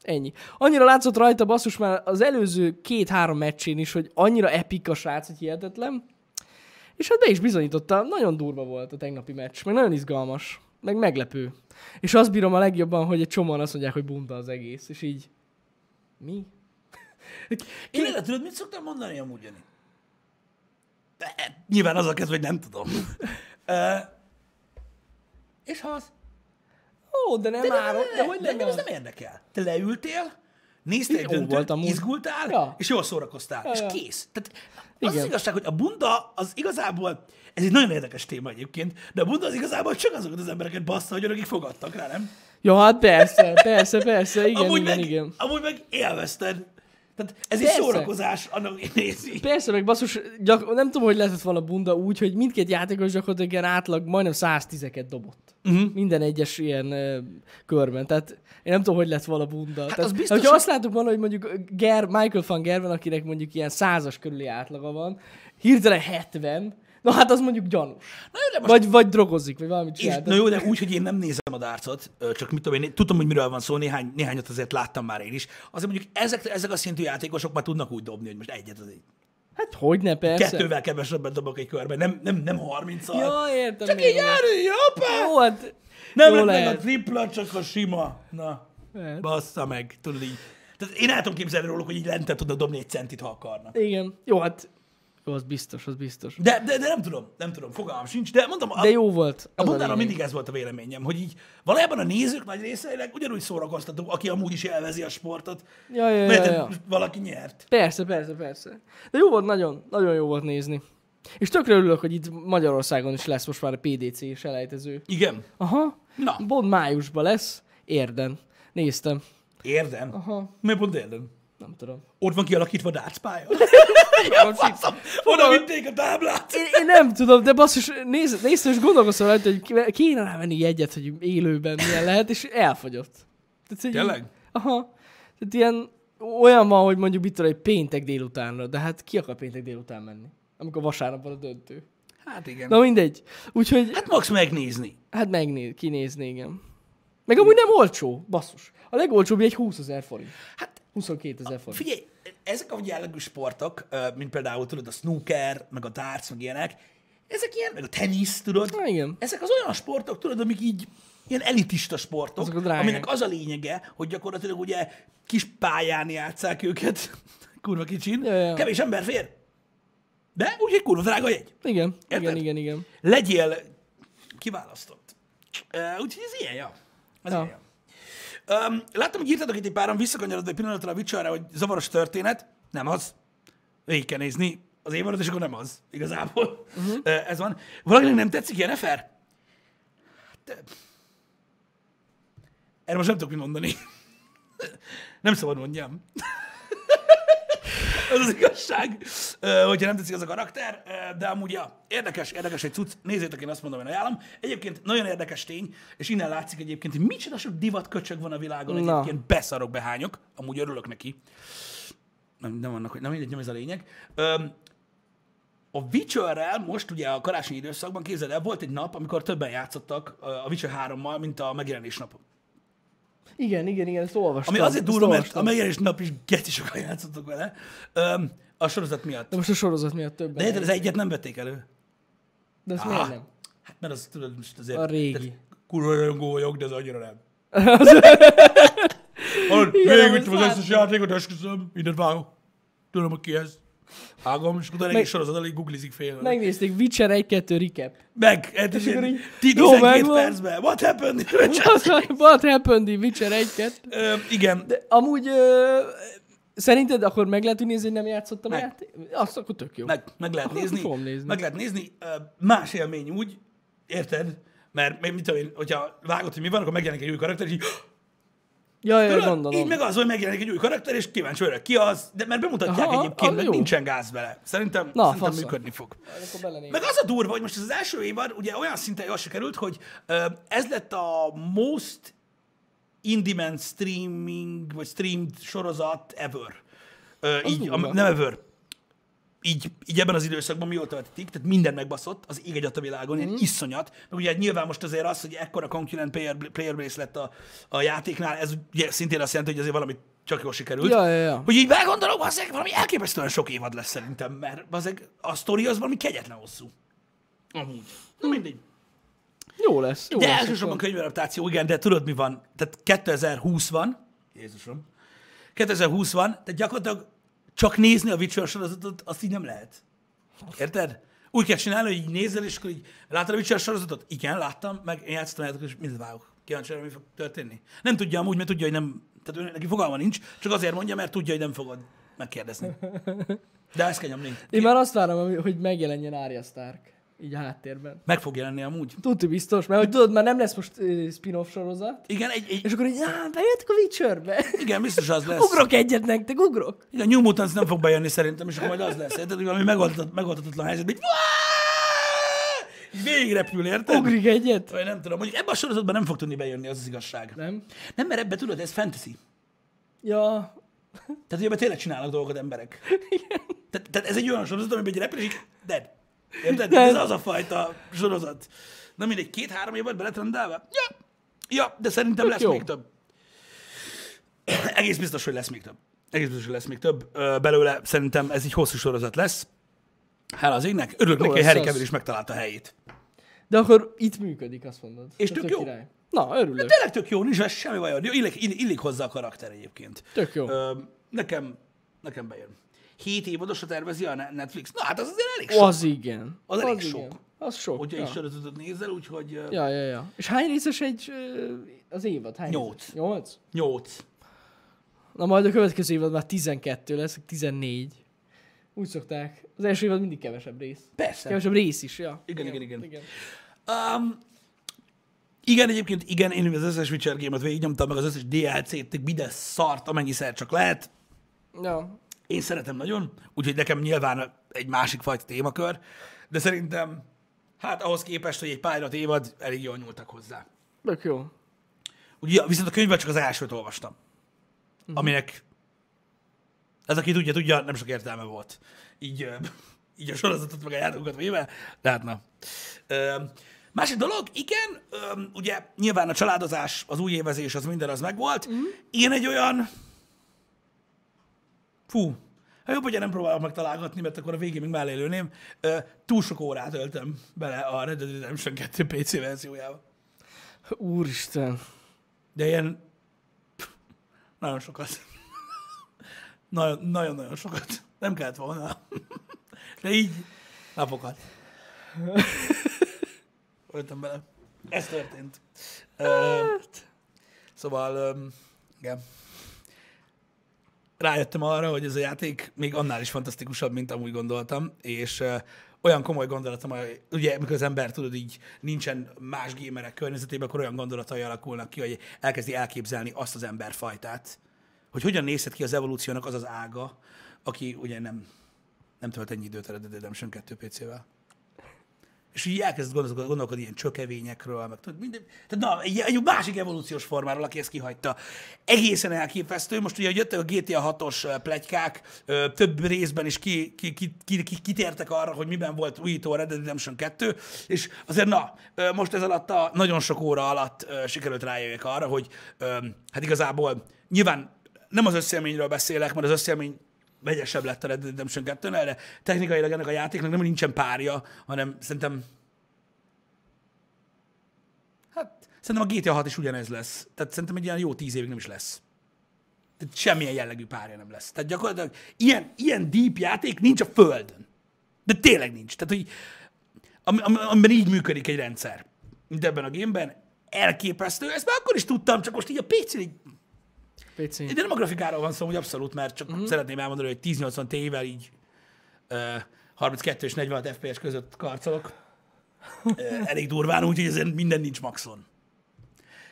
[SPEAKER 2] Ennyi. Annyira látszott rajta basszus már az előző két-három meccsén is, hogy annyira epik a srác, hogy hihetetlen. És hát be is bizonyította, nagyon durva volt a tegnapi meccs, meg nagyon izgalmas, meg meglepő. És azt bírom a legjobban, hogy egy csomóan azt mondják, hogy bunda az egész, és így... Mi?
[SPEAKER 1] Én erre tudod, mit szoktam mondani amúgy, Jani? De, nyilván az a kezdve, hogy nem tudom. Ö, és ha az
[SPEAKER 2] Ó, de nem
[SPEAKER 1] De,
[SPEAKER 2] már, de hogy
[SPEAKER 1] de engem ez
[SPEAKER 2] lenne?
[SPEAKER 1] nem érdekel. Te leültél, néztél egy
[SPEAKER 2] Jó
[SPEAKER 1] döntőt,
[SPEAKER 2] volt amúgy.
[SPEAKER 1] izgultál,
[SPEAKER 2] Ja.
[SPEAKER 1] és jól szórakoztál, és
[SPEAKER 2] ja.
[SPEAKER 1] kész. Tehát az, az
[SPEAKER 2] Igen.
[SPEAKER 1] igazság, hogy a bunda az igazából, ez egy nagyon érdekes téma egyébként, de a bunda az igazából csak azokat az embereket bassza, hogy akik fogadtak rá, nem?
[SPEAKER 2] Ja, hát persze, persze, persze, igen,
[SPEAKER 1] amúgy,
[SPEAKER 2] igen,
[SPEAKER 1] meg,
[SPEAKER 2] igen.
[SPEAKER 1] amúgy meg élvezted. Tehát ez egy
[SPEAKER 2] Persze.
[SPEAKER 1] szórakozás, annak nézi.
[SPEAKER 2] Persze, meg basszus, gyak- nem tudom, hogy lehetett volna bunda úgy, hogy mindkét játékos gyakorlatilag ilyen átlag majdnem 110-eket dobott.
[SPEAKER 1] Mhm.
[SPEAKER 2] Uh-huh. Minden egyes ilyen ö, körben. Tehát én nem tudom, hogy lett volna bunda. Hát Tehát,
[SPEAKER 1] az biztos,
[SPEAKER 2] hogyha
[SPEAKER 1] hogy-
[SPEAKER 2] azt látok volna, hogy mondjuk Ger, Michael van Gerben, akinek mondjuk ilyen százas körüli átlaga van, hirtelen 70, na hát az mondjuk gyanús.
[SPEAKER 1] Na jó, de most
[SPEAKER 2] Vagy, vagy drogozik, vagy valamit
[SPEAKER 1] És,
[SPEAKER 2] csinál.
[SPEAKER 1] na jó, de úgy, hogy én nem nézem a dárcot, ö, csak mit tudom én, tudom, hogy miről van szó, néhány, néhányat azért láttam már én is. Azért mondjuk ezek, ezek a szintű játékosok már tudnak úgy dobni, hogy most egyet az egy.
[SPEAKER 2] Hát hogy ne, persze.
[SPEAKER 1] Kettővel kevesebbet dobok egy körben, nem, nem, nem 30 al
[SPEAKER 2] Ja, értem.
[SPEAKER 1] Csak
[SPEAKER 2] én.
[SPEAKER 1] így járulj, hoppá!
[SPEAKER 2] Jó, hát...
[SPEAKER 1] Nem
[SPEAKER 2] jó
[SPEAKER 1] lett meg a
[SPEAKER 2] lehet.
[SPEAKER 1] tripla, csak a sima. Na,
[SPEAKER 2] Lehet.
[SPEAKER 1] bassza meg, tudod így. Tehát én el tudom képzelni róluk, hogy így lentebb tudnak dobni egy centit, ha akarnak.
[SPEAKER 2] Igen. Jó, hát... Jó, az biztos, az biztos.
[SPEAKER 1] De, de, de nem tudom, nem tudom, fogalmam sincs, de mondom, a,
[SPEAKER 2] De jó volt.
[SPEAKER 1] A
[SPEAKER 2] az
[SPEAKER 1] bundára
[SPEAKER 2] lényeg.
[SPEAKER 1] mindig ez volt a véleményem, hogy így valójában a nézők nagy részeileg ugyanúgy szórakoztató, aki amúgy is élvezi a sportot,
[SPEAKER 2] Ja, ja,
[SPEAKER 1] mert
[SPEAKER 2] ja, ja.
[SPEAKER 1] valaki nyert.
[SPEAKER 2] Persze, persze, persze. De jó volt nagyon, nagyon jó volt nézni. És tökre örülök, hogy itt Magyarországon is lesz most már a PDC és elejtező.
[SPEAKER 1] Igen.
[SPEAKER 2] Aha.
[SPEAKER 1] Na.
[SPEAKER 2] Bond májusban lesz. Érden. Néztem.
[SPEAKER 1] Érdem.
[SPEAKER 2] Aha.
[SPEAKER 1] Miért pont érdem?
[SPEAKER 2] Nem tudom.
[SPEAKER 1] Ott van kialakítva a dátszpálya.
[SPEAKER 2] Fogalmam sincs.
[SPEAKER 1] Oda vitték a táblát.
[SPEAKER 2] Én, én nem tudom, de basszus, néz, néztem és gondolkoztam rajta, hogy ki- kéne rávenni jegyet, hogy élőben milyen lehet, és elfogyott. Tehát, hogy
[SPEAKER 1] Tényleg?
[SPEAKER 2] Aha. Tehát ilyen, olyan van, hogy mondjuk mit tudom, egy péntek délutánra, de hát ki akar péntek délután menni? Amikor vasárnap van a döntő.
[SPEAKER 1] Hát igen.
[SPEAKER 2] Na mindegy. Úgyhogy,
[SPEAKER 1] Hát max megnézni.
[SPEAKER 2] hát megnéz, kinézni, igen. Meg amúgy nem olcsó, basszus. A legolcsóbb egy 20 ezer forint.
[SPEAKER 1] Hát
[SPEAKER 2] 22 ezer forint.
[SPEAKER 1] Figyelj, ezek a jellegű sportok, ö, mint például tudod a snooker, meg a darts, meg ilyenek, ezek ilyen, meg a tenisz, tudod?
[SPEAKER 2] Na, igen.
[SPEAKER 1] Ezek az olyan sportok, tudod, amik így ilyen elitista sportok,
[SPEAKER 2] Azok a drágák.
[SPEAKER 1] aminek az a lényege, hogy gyakorlatilag ugye kis pályán játszák őket, kurva kicsin,
[SPEAKER 2] Ja, ja.
[SPEAKER 1] kevés ember fér. De úgyhogy kurva drága jegy.
[SPEAKER 2] Igen,
[SPEAKER 1] Érted?
[SPEAKER 2] igen, igen, igen.
[SPEAKER 1] Legyél kiválasztott. Uh, úgyhogy ez ilyen, ja. Ez
[SPEAKER 2] Ja.
[SPEAKER 1] ja. ilyen. Um, láttam, hogy írtatok itt egy páran visszakanyarodva egy pillanatra a Witcherre, hogy zavaros történet. Nem az. Végig kell nézni az évadot, és akkor nem az. Igazából. Uh-huh. Uh, ez van. Valakinek nem tetszik Jennifer? Hát, eh, erre most nem tudok mit mondani. nem szabad mondjam. Ez az igazság, Ö, hogyha nem tetszik az a karakter, ö, de amúgy ja, érdekes, érdekes egy cucc, nézzétek, én azt mondom, én ajánlom. Egyébként nagyon érdekes tény, és innen látszik egyébként, hogy micsoda sok divat köcsög van a világon,
[SPEAKER 2] Na.
[SPEAKER 1] egyébként beszarok, behányok, amúgy örülök neki. Nem, nem annak, hogy nem mindegy, nem ez a lényeg. Öm, a Witcherrel most ugye a karácsonyi időszakban képzeld el, volt egy nap, amikor többen játszottak ö, a Witcher 3-mal, mint a megjelenés napon.
[SPEAKER 2] Igen, igen, igen, ezt olvastam.
[SPEAKER 1] Ami azért
[SPEAKER 2] ezt
[SPEAKER 1] durva, mert a
[SPEAKER 2] olvastam.
[SPEAKER 1] megjelenés nap is geci sokan játszottak vele. Öm, a sorozat miatt.
[SPEAKER 2] De most a sorozat miatt többen.
[SPEAKER 1] De érted, az egyet nem vették elő.
[SPEAKER 2] De ezt miért
[SPEAKER 1] Ah,
[SPEAKER 2] nem?
[SPEAKER 1] Hát mert az tudod, most azért...
[SPEAKER 2] A régi.
[SPEAKER 1] tehát Kurva rajongó vagyok, de az annyira nem. Hallod,
[SPEAKER 2] Igen,
[SPEAKER 1] végigvittem
[SPEAKER 2] amit
[SPEAKER 1] az összes játékot, esküszöm, mindent vágok. Tudom, hogy ki ez. Vágom, és utána egy
[SPEAKER 2] Meg-
[SPEAKER 1] sorozat elég googlizik fél. Meg,
[SPEAKER 2] Megnézték Witcher 1-2 recap.
[SPEAKER 1] meg hát
[SPEAKER 2] És
[SPEAKER 1] és
[SPEAKER 2] akkor így-
[SPEAKER 1] ilyen, ti
[SPEAKER 2] jó,
[SPEAKER 1] 12
[SPEAKER 2] megvan.
[SPEAKER 1] percben. What happened?
[SPEAKER 2] What happened in Witcher 1-2?
[SPEAKER 1] Ö, igen,
[SPEAKER 2] De amúgy ö, szerinted akkor meg lehet, hogy nézni, hogy nem játszottam a
[SPEAKER 1] Meg.
[SPEAKER 2] játékot? Azt akkor tök jó.
[SPEAKER 1] meg, meg lehet
[SPEAKER 2] Akkor
[SPEAKER 1] nézni.
[SPEAKER 2] fogom nézni.
[SPEAKER 1] Meg lehet nézni. Ö, Más élmény úgy, érted? Mert még mit tudom én, hogyha vágod, hogy mi van, akkor megjelenik egy új karakter, és így,
[SPEAKER 2] Jaj, jaj,
[SPEAKER 1] Tudod, így
[SPEAKER 2] gondolom.
[SPEAKER 1] meg az, hogy megjelenik egy új karakter, és kíváncsi vagyok, ki az, de mert bemutatják
[SPEAKER 2] Aha,
[SPEAKER 1] egyébként,
[SPEAKER 2] az
[SPEAKER 1] meg
[SPEAKER 2] jó.
[SPEAKER 1] nincsen gáz vele. Szerintem,
[SPEAKER 2] Na,
[SPEAKER 1] szerintem
[SPEAKER 2] fasza.
[SPEAKER 1] működni fog.
[SPEAKER 2] Akkor belenézek.
[SPEAKER 1] Meg az a durva, hogy most ez az első évad ugye olyan szinten jól sikerült, hogy ö, ez lett a most indiment streaming, vagy streamed sorozat ever. Ö, így,
[SPEAKER 2] durva.
[SPEAKER 1] am, nem ever. Így, így ebben az időszakban mióta vetetik, tehát minden megbaszott, az ég egyet a világon,
[SPEAKER 2] Mhm.
[SPEAKER 1] ilyen iszonyat. Meg ugye nyilván most azért az, hogy ekkora concurrent player, player base lett a, a játéknál, ez ugye szintén azt jelenti, hogy azért valami csak jól sikerült.
[SPEAKER 2] Ja, ja, ja.
[SPEAKER 1] Hogy így belgondolok, azért valami elképesztően sok évad lesz szerintem, mert azért a sztori az valami kegyetlen hosszú. Amúgy. Na mindegy.
[SPEAKER 2] Jó lesz, jó
[SPEAKER 1] De
[SPEAKER 2] lesz.
[SPEAKER 1] elsősorban könyvadaptáció, igen, de tudod mi van? Tehát 2020 van. Jézusom. 2020 van, tehát gyakorlatilag csak nézni a Witcher sorozatot, azt így nem lehet. Érted? Úgy kell csinálni, hogy így nézel, és akkor így láttad a Witcher sorozatot? Igen, láttam, meg én játszottam el, és mindent vágok. Kíváncsi vagyok, mi fog történni. Nem tudja amúgy, mert tudja, hogy nem, tehát ő, neki fogalma nincs, csak azért mondja, mert tudja, hogy nem fogod megkérdezni. De ezt kell nyomni.
[SPEAKER 2] Én már azt várom, ami- hogy megjelenjen Arya Stark. Így a háttérben.
[SPEAKER 1] Meg fog jelenni amúgy.
[SPEAKER 2] Tudti biztos, mert hogy tudod, már nem lesz most ö, spin-off sorozat.
[SPEAKER 1] Igen, egy, egy,
[SPEAKER 2] És akkor így, áh, bejöttök a Witcherbe.
[SPEAKER 1] igen, biztos az lesz.
[SPEAKER 2] ugrok egyet nektek, ugrok.
[SPEAKER 1] Igen, New Mutants nem fog bejönni szerintem, és akkor majd az lesz, érted, hogy valami megoldatat, megoldatatlan helyzetben, így, így végigrepül, érted?
[SPEAKER 2] Ugrik egyet.
[SPEAKER 1] Vagy nem tudom, mondjuk ebben a sorozatban nem fog tudni bejönni, az az igazság.
[SPEAKER 2] Nem?
[SPEAKER 1] Nem, mert ebbe tudod, ez fantasy.
[SPEAKER 2] Ja,
[SPEAKER 1] Tehát, hogy ebben tényleg csinálnak dolgokat emberek. Tehát, tehát ez egy olyan sorozat, amiben egy repül, és így dead. Érted?
[SPEAKER 2] Nem.
[SPEAKER 1] Ez az a fajta sorozat. Na mindegy, két-három év volt beletrendálva? Ja. ja, de szerintem
[SPEAKER 2] Tök
[SPEAKER 1] lesz
[SPEAKER 2] Hát jó.
[SPEAKER 1] még több. Egész biztos, hogy lesz még több. Egész biztos, hogy lesz még több. Ö, Belőle szerintem ez egy hosszú sorozat lesz. Hála az égnek. Örülök neki, hogy
[SPEAKER 2] lesz
[SPEAKER 1] Harry
[SPEAKER 2] az.
[SPEAKER 1] Cavill is megtalálta a helyét.
[SPEAKER 2] de akkor itt működik, azt mondod.
[SPEAKER 1] És
[SPEAKER 2] Ez
[SPEAKER 1] tök jó.
[SPEAKER 2] király. Na, örülök.
[SPEAKER 1] Tényleg tök jó, nincs vele semmi baj. Jó, Illik, ill- illik hozzá a karakter egyébként.
[SPEAKER 2] Tök jó.
[SPEAKER 1] Ö, nekem, nekem bejön. Hét évadosra tervezi a Ne- Netflix. Na hát az azért elég sok,
[SPEAKER 2] Az igen.
[SPEAKER 1] Az elég sok.
[SPEAKER 2] igen. Az sok.
[SPEAKER 1] hogyha
[SPEAKER 2] ja.
[SPEAKER 1] is sorozatot nézel, úgyhogy ö,
[SPEAKER 2] Ja, ja, ja. És hány részes egy ö, az évad? Hány
[SPEAKER 1] Nyolc.
[SPEAKER 2] részes? Nyolc?
[SPEAKER 1] nyolc.
[SPEAKER 2] Na majd a következő évad már 12 lesz, 14. Úgy szokták. Az első évad mindig kevesebb rész.
[SPEAKER 1] Persze.
[SPEAKER 2] Kevesebb rész is, ja.
[SPEAKER 1] Igen, igen, igen.
[SPEAKER 2] igen.
[SPEAKER 1] Um, igen, egyébként igen, én az összes Witcher game-et végignyomtam, meg az összes DLC-t, minden szart, amennyiszer csak lehet.
[SPEAKER 2] Ja.
[SPEAKER 1] Én szeretem nagyon, úgyhogy nekem nyilván egy másik fajta témakör, de szerintem, hát ahhoz képest, hogy egy pilot évad, elég jól nyúltak hozzá.
[SPEAKER 2] Tök jó.
[SPEAKER 1] Ugye, viszont a könyvben csak az elsőt olvastam, aminek ez, aki tudja, tudja, nem sok értelme volt. Így, ö, így a sorozatot meg a játékokat véve, de hát na. Ö, Másik dolog, igen, ö, ugye nyilván a családozás, az új évezés, az minden az megvolt. Mm. Én egy olyan... Fú, ha jobb, hogyha nem próbálok meg találgatni, mert akkor a végén még mellé lőném. Ö, Túl sok órát öltem bele a Red Dead Redemption 2 PC verziójába.
[SPEAKER 2] Úristen.
[SPEAKER 1] De ilyen... pff, Nagyon sokat. Nagyon- Nagyon-nagyon sokat. Nem kellett volna. De így napokat. Öltem bele. Ez történt. Ö, szóval, öm, igen. Rájöttem arra, hogy ez a játék még annál is fantasztikusabb, mint amúgy gondoltam, és ö, olyan komoly gondolatom, hogy ugye, amikor az ember, tudod, így nincsen más gémerek környezetében, akkor olyan gondolatai alakulnak ki, hogy elkezdi elképzelni azt az emberfajtát, hogy hogyan nézhet ki az evolúciónak az az ága, aki ugye nem, nem tölt ennyi időt eredet Redemption 2 PC-vel. És így elkezd gondolkodni, gondolkodni ilyen csökevényekről, meg tudod, minden, tehát na, egy, egy másik evolúciós formáról, aki ezt kihagyta. Egészen elképesztő. Most ugye jöttek a GTA 6-os ö, plegykák, ö, több részben is ki, ki, ki, ki, ki, kitértek arra, hogy miben volt újító a Red Dead Redemption 2, és azért na, ö, most ez alatt a nagyon sok óra alatt ö, sikerült rájövök arra, hogy ö, hát igazából nyilván nem az összélményről beszélek, mert az összélmény vegyesebb lett a Red Dead Redemption 2 de technikailag ennek a játéknak nem hogy nincsen párja, hanem szerintem hát szerintem a GTA 6 is ugyanez lesz. Tehát szerintem egy ilyen jó tíz évig nem is lesz. Tehát semmilyen jellegű párja nem lesz. Tehát gyakorlatilag ilyen, ilyen deep játék nincs a földön. De tényleg nincs. Tehát, hogy am, am, amiben így működik egy rendszer, mint ebben a gémben, elképesztő. Ezt már akkor is tudtam, csak most így a PC-n így
[SPEAKER 2] PC.
[SPEAKER 1] de nem a grafikáról van szó, hogy abszolút, mert csak
[SPEAKER 2] Mhm.
[SPEAKER 1] uh-huh. szeretném elmondani, hogy 1080 tével így ö, 32 és 46 FPS között karcolok. Ö, elég durván, úgyhogy ezen minden nincs maxon.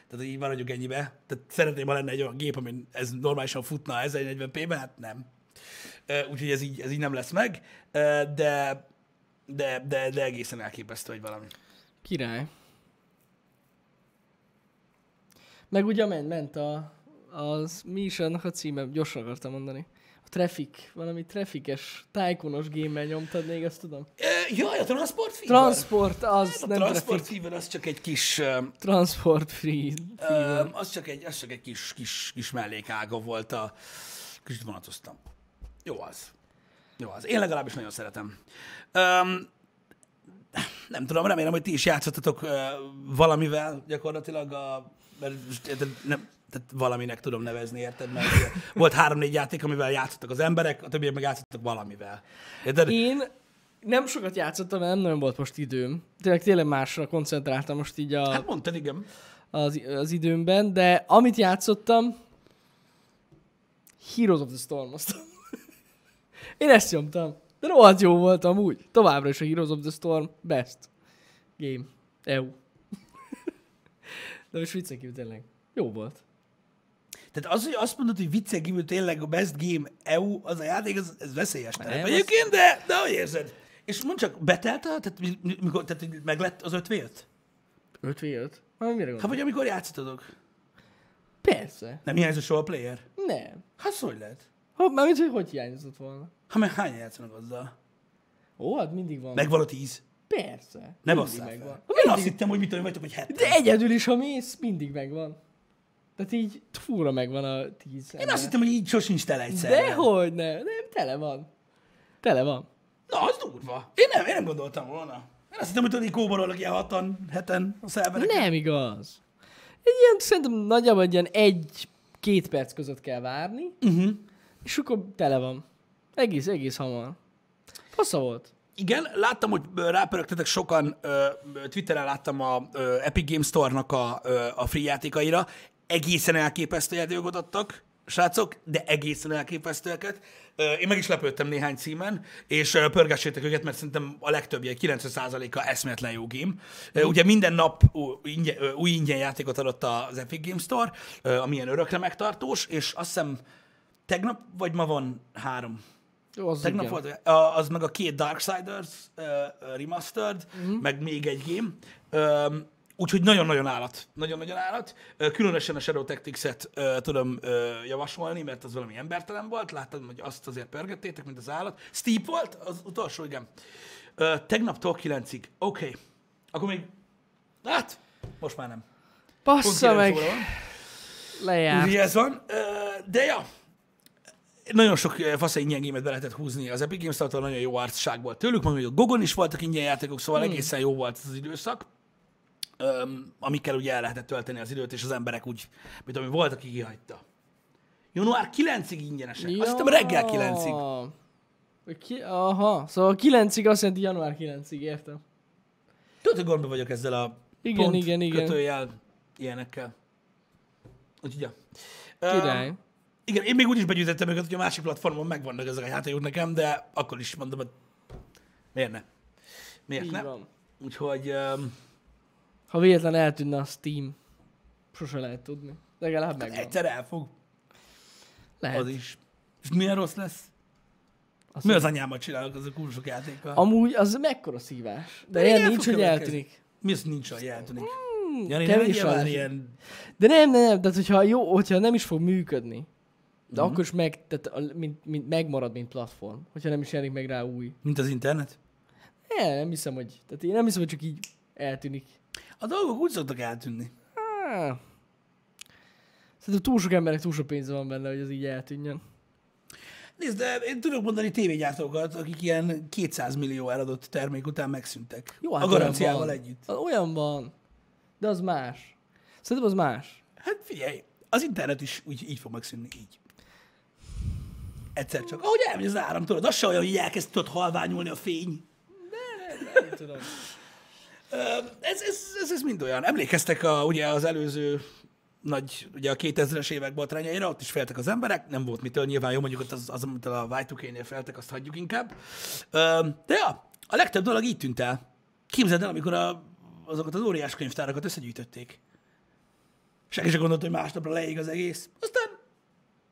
[SPEAKER 1] Tehát így maradjuk ennyibe. Tehát szeretném, ha lenne egy olyan gép, amin ez normálisan futna 1040p-ben, hát nem. Ö, Úgyhogy ez így, ez így nem lesz meg, Ö, de, de, de, de egészen elképesztő, hogy valami.
[SPEAKER 2] Király. Meg ugye ment, ment a, az, mi is annak a címe, gyorsan akartam mondani. A Traffic, valami traffikes, tájkonos gémmel nyomtad még, azt tudom.
[SPEAKER 1] Ö, Jaj, a transport fever?
[SPEAKER 2] Transport, az
[SPEAKER 1] a
[SPEAKER 2] nem
[SPEAKER 1] transport
[SPEAKER 2] traffic.
[SPEAKER 1] fever, az csak egy kis ö,
[SPEAKER 2] Transport free.
[SPEAKER 1] Ö, az csak egy, az csak egy kis, kis, kis mellékága volt a... Kicsit vonatoztam. Jó az. Jó az. Én legalábbis nagyon szeretem. Öm, nem tudom, remélem, hogy ti is játszottatok ö, valamivel gyakorlatilag a... Mert most érted, nem, tehát valaminek tudom nevezni, érted? Mert ugye volt három-négy játék, amivel játszottak az emberek, a többiek meg játszottak valamivel. Érted?
[SPEAKER 2] Én nem sokat játszottam, mert nem nagyon volt most időm. Tényleg, tényleg másra koncentráltam most így a,
[SPEAKER 1] Hát mondtad, igen.
[SPEAKER 2] az, az időmben, de amit játszottam, Heroes of the storm Én ezt nyomtam. De rohadt jó volt amúgy. Továbbra is a Heroes of the Storm best game. EU. de most viccen kívül tényleg. Jó volt.
[SPEAKER 1] Tehát az, hogy azt mondod, hogy viccen kívül tényleg a best game EU, az a játék, az, ez veszélyes terep
[SPEAKER 2] Nem,
[SPEAKER 1] egyébként, de, de hogy érzed? És mondd csak, betelt a, tehát, mi- mi- mikor, tehát hogy meglett az 5 v 5
[SPEAKER 2] 5 v 5? Hát mire
[SPEAKER 1] Hát
[SPEAKER 2] gondolsz?
[SPEAKER 1] vagy amikor játszottatok?
[SPEAKER 2] Persze.
[SPEAKER 1] Nem hiányzó soha a player?
[SPEAKER 2] Nem.
[SPEAKER 1] Hát szó, hogy lehet.
[SPEAKER 2] Hát mármint, hogy hogy hiányzott volna.
[SPEAKER 1] Hát meg hányan játszanak azzal?
[SPEAKER 2] Ó, hát mindig van.
[SPEAKER 1] Megvan a 10.
[SPEAKER 2] Persze.
[SPEAKER 1] Ne
[SPEAKER 2] mindig
[SPEAKER 1] basszál
[SPEAKER 2] megvan.
[SPEAKER 1] fel. Én azt hittem, hogy mit tudom, vagytok, hogy hát.
[SPEAKER 2] De egyedül is, ha mész, mindig megvan. Tehát így fúra megvan a tíz
[SPEAKER 1] Én azt hittem, hogy így sosincs tele egyszerre.
[SPEAKER 2] Dehogy ne, nem, tele van. Tele van.
[SPEAKER 1] Na, az durva. Én nem, én nem gondoltam volna. Én azt hittem, hogy tudod, így kóborolnak ilyen hatan, heten a szerverek.
[SPEAKER 2] Nem igaz. Egy ilyen, szerintem nagyjából egy ilyen egy-két perc között kell várni,
[SPEAKER 1] Uh-huh.
[SPEAKER 2] és akkor tele van. Egész, egész hamar. Fasza volt.
[SPEAKER 1] Igen, láttam, hogy ö, rápörögtetek sokan, ö, ö, Twitteren láttam a ö, Epic Games Store-nak a, ö, a free játékaira. Egészen elképesztő játékokat adtak, srácok, de egészen elképesztőeket. Ö, Én meg is lepődtem néhány címen, és ö, pörgessétek őket, mert szerintem a legtöbbje, 90%-a eszméletlen jó game. Ö, Ugye minden nap ú- ingyen- ö, új ingyen játékot adott az Epic Games Store, ö, ami ilyen örökre megtartós, és azt hiszem tegnap vagy ma van három
[SPEAKER 2] Jó, az
[SPEAKER 1] Tegnap
[SPEAKER 2] igen.
[SPEAKER 1] volt, a- az meg a két Darksiders uh, remastered,
[SPEAKER 2] Mhm.
[SPEAKER 1] mm. meg még egy game. Um, úgyhogy nagyon-nagyon állat. Nagyon-nagyon állat. Ö, Különösen a Shadow Tactics-et ö, tudom ö, javasolni, mert az valami embertelen volt. Láttam, hogy azt azért pörgettétek, mint az állat. Steep volt az utolsó, igen. Ö, Tegnaptól kilencig. Oké. Okay. Akkor még... Hát, most már nem. Pont
[SPEAKER 2] Bassza
[SPEAKER 1] kilenc
[SPEAKER 2] Szóval meg,
[SPEAKER 1] óra van.
[SPEAKER 2] lejár.
[SPEAKER 1] Úgyhogy ez van. Ö, De ja, nagyon sok ö, fasz ingyen gémet be lehetett húzni az Epic Games Store-tól, nagyon jó arcság volt tőlük, meg még a Gogon is voltak ingyen játékok, szóval
[SPEAKER 2] Hmm.
[SPEAKER 1] egészen jó volt az időszak, öm, amikkel ugye el lehetett tölteni az időt, és az emberek úgy, mint ami volt, aki kihagyta. Január 9-ig ingyenesek. Azt hittem reggel 9-ig.
[SPEAKER 2] Ki, aha, szóval 9-ig azt jelenti január 9-ig, értem.
[SPEAKER 1] Tudod, hogy gondban vagyok ezzel a
[SPEAKER 2] Igen,
[SPEAKER 1] Pont
[SPEAKER 2] igen, igen.
[SPEAKER 1] Kötőjel ilyenekkel. Úgyhogy, ja. Ö,
[SPEAKER 2] Király.
[SPEAKER 1] igen, én még úgy is begyűjtettem őket, hogy a másik platformon megvannak ezek a játékok nekem, de akkor is mondom, hogy miért ne? Miért
[SPEAKER 2] Így
[SPEAKER 1] ne?
[SPEAKER 2] van.
[SPEAKER 1] Úgyhogy, um,
[SPEAKER 2] Ha véletlen eltűnne a Steam, sose lehet tudni. Legalább megvan.
[SPEAKER 1] Hát egyszer elfog
[SPEAKER 2] lehet.
[SPEAKER 1] az is. És milyen rossz lesz?
[SPEAKER 2] Azt
[SPEAKER 1] Mi az anyámat csinálok az a kurzsok játékkal?
[SPEAKER 2] Amúgy az mekkora szívás. De,
[SPEAKER 1] De
[SPEAKER 2] ilyen
[SPEAKER 1] el
[SPEAKER 2] nincs,
[SPEAKER 1] fog
[SPEAKER 2] hogy
[SPEAKER 1] következni.
[SPEAKER 2] eltűnik.
[SPEAKER 1] Mi az nincs, hogy eltűnik? Jani, nem
[SPEAKER 2] Hmm, kevés
[SPEAKER 1] nyilván
[SPEAKER 2] az.
[SPEAKER 1] ilyen...
[SPEAKER 2] De nem, nem, nem. Tehát hogyha, jó, hogyha nem is fog működni, de
[SPEAKER 1] Mhm.
[SPEAKER 2] mm-hmm. akkor is meg, tehát, a- mint, mint, megmarad, mint platform, hogyha nem is jelenik meg rá új.
[SPEAKER 1] Mint az internet?
[SPEAKER 2] Ne, nem hiszem, hogy, tehát én nem hiszem, hogy csak így eltűnik.
[SPEAKER 1] A dolgok úgy szoktak eltűnni.
[SPEAKER 2] Há. Szerintem túl sok embernek túl sok pénze van benne, hogy az így eltűnjön.
[SPEAKER 1] Nézd, de én tudok mondani tévégyártókat, akik ilyen 200 millió eladott termék után megszűntek. Jó, a
[SPEAKER 2] hát olyan
[SPEAKER 1] garanciával
[SPEAKER 2] van.
[SPEAKER 1] együtt.
[SPEAKER 2] Az Olyan van. De az más. Szerintem az más.
[SPEAKER 1] Hát figyelj, az internet is úgy, így fog megszűnni, így. Egyszer csak. Ahogy elmegy az áram, tudod, az se olyan, hogy elkezd tudod halványulni a fény.
[SPEAKER 2] Nem tudom.
[SPEAKER 1] Ö, Ez, ez, ez, ez mind olyan. Emlékeztek a, ugye az előző nagy, ugye a 2000-es évek botrányaira, ott is feltek az emberek, nem volt mitől, nyilván jó, mondjuk ott az, az amit a Y2K-nél feltek, azt hagyjuk inkább. Ö, De ja, a legtöbb dolog így tűnt el. Képzeld el, amikor a, azokat az óriás könyvtárakat összegyűjtötték. Senki sem gondolt, hogy másnapra leég az egész. Aztán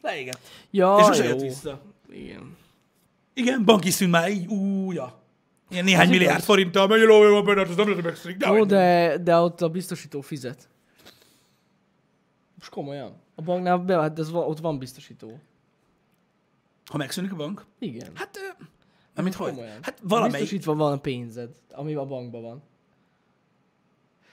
[SPEAKER 1] leégett.
[SPEAKER 2] Ja,
[SPEAKER 1] És sose
[SPEAKER 2] jó.
[SPEAKER 1] jött vissza.
[SPEAKER 2] Igen.
[SPEAKER 1] Igen, banki szűn már így, úja. Ilyen néhány
[SPEAKER 2] Ez igaz.
[SPEAKER 1] milliárd forinttal, megy lóvé van benne, hát az nem lehet, hogy megszűnik. De,
[SPEAKER 2] Ó,
[SPEAKER 1] hogy nem.
[SPEAKER 2] de, de ott a biztosító fizet. Most komolyan. A banknál be, hát ez, va- ott van biztosító.
[SPEAKER 1] Ha megszűnik a bank,
[SPEAKER 2] Igen.
[SPEAKER 1] Hát, ö, amit hogy?
[SPEAKER 2] Komolyan.
[SPEAKER 1] Hát valamelyik.
[SPEAKER 2] Biztosítva van a pénzed, ami a bankban van.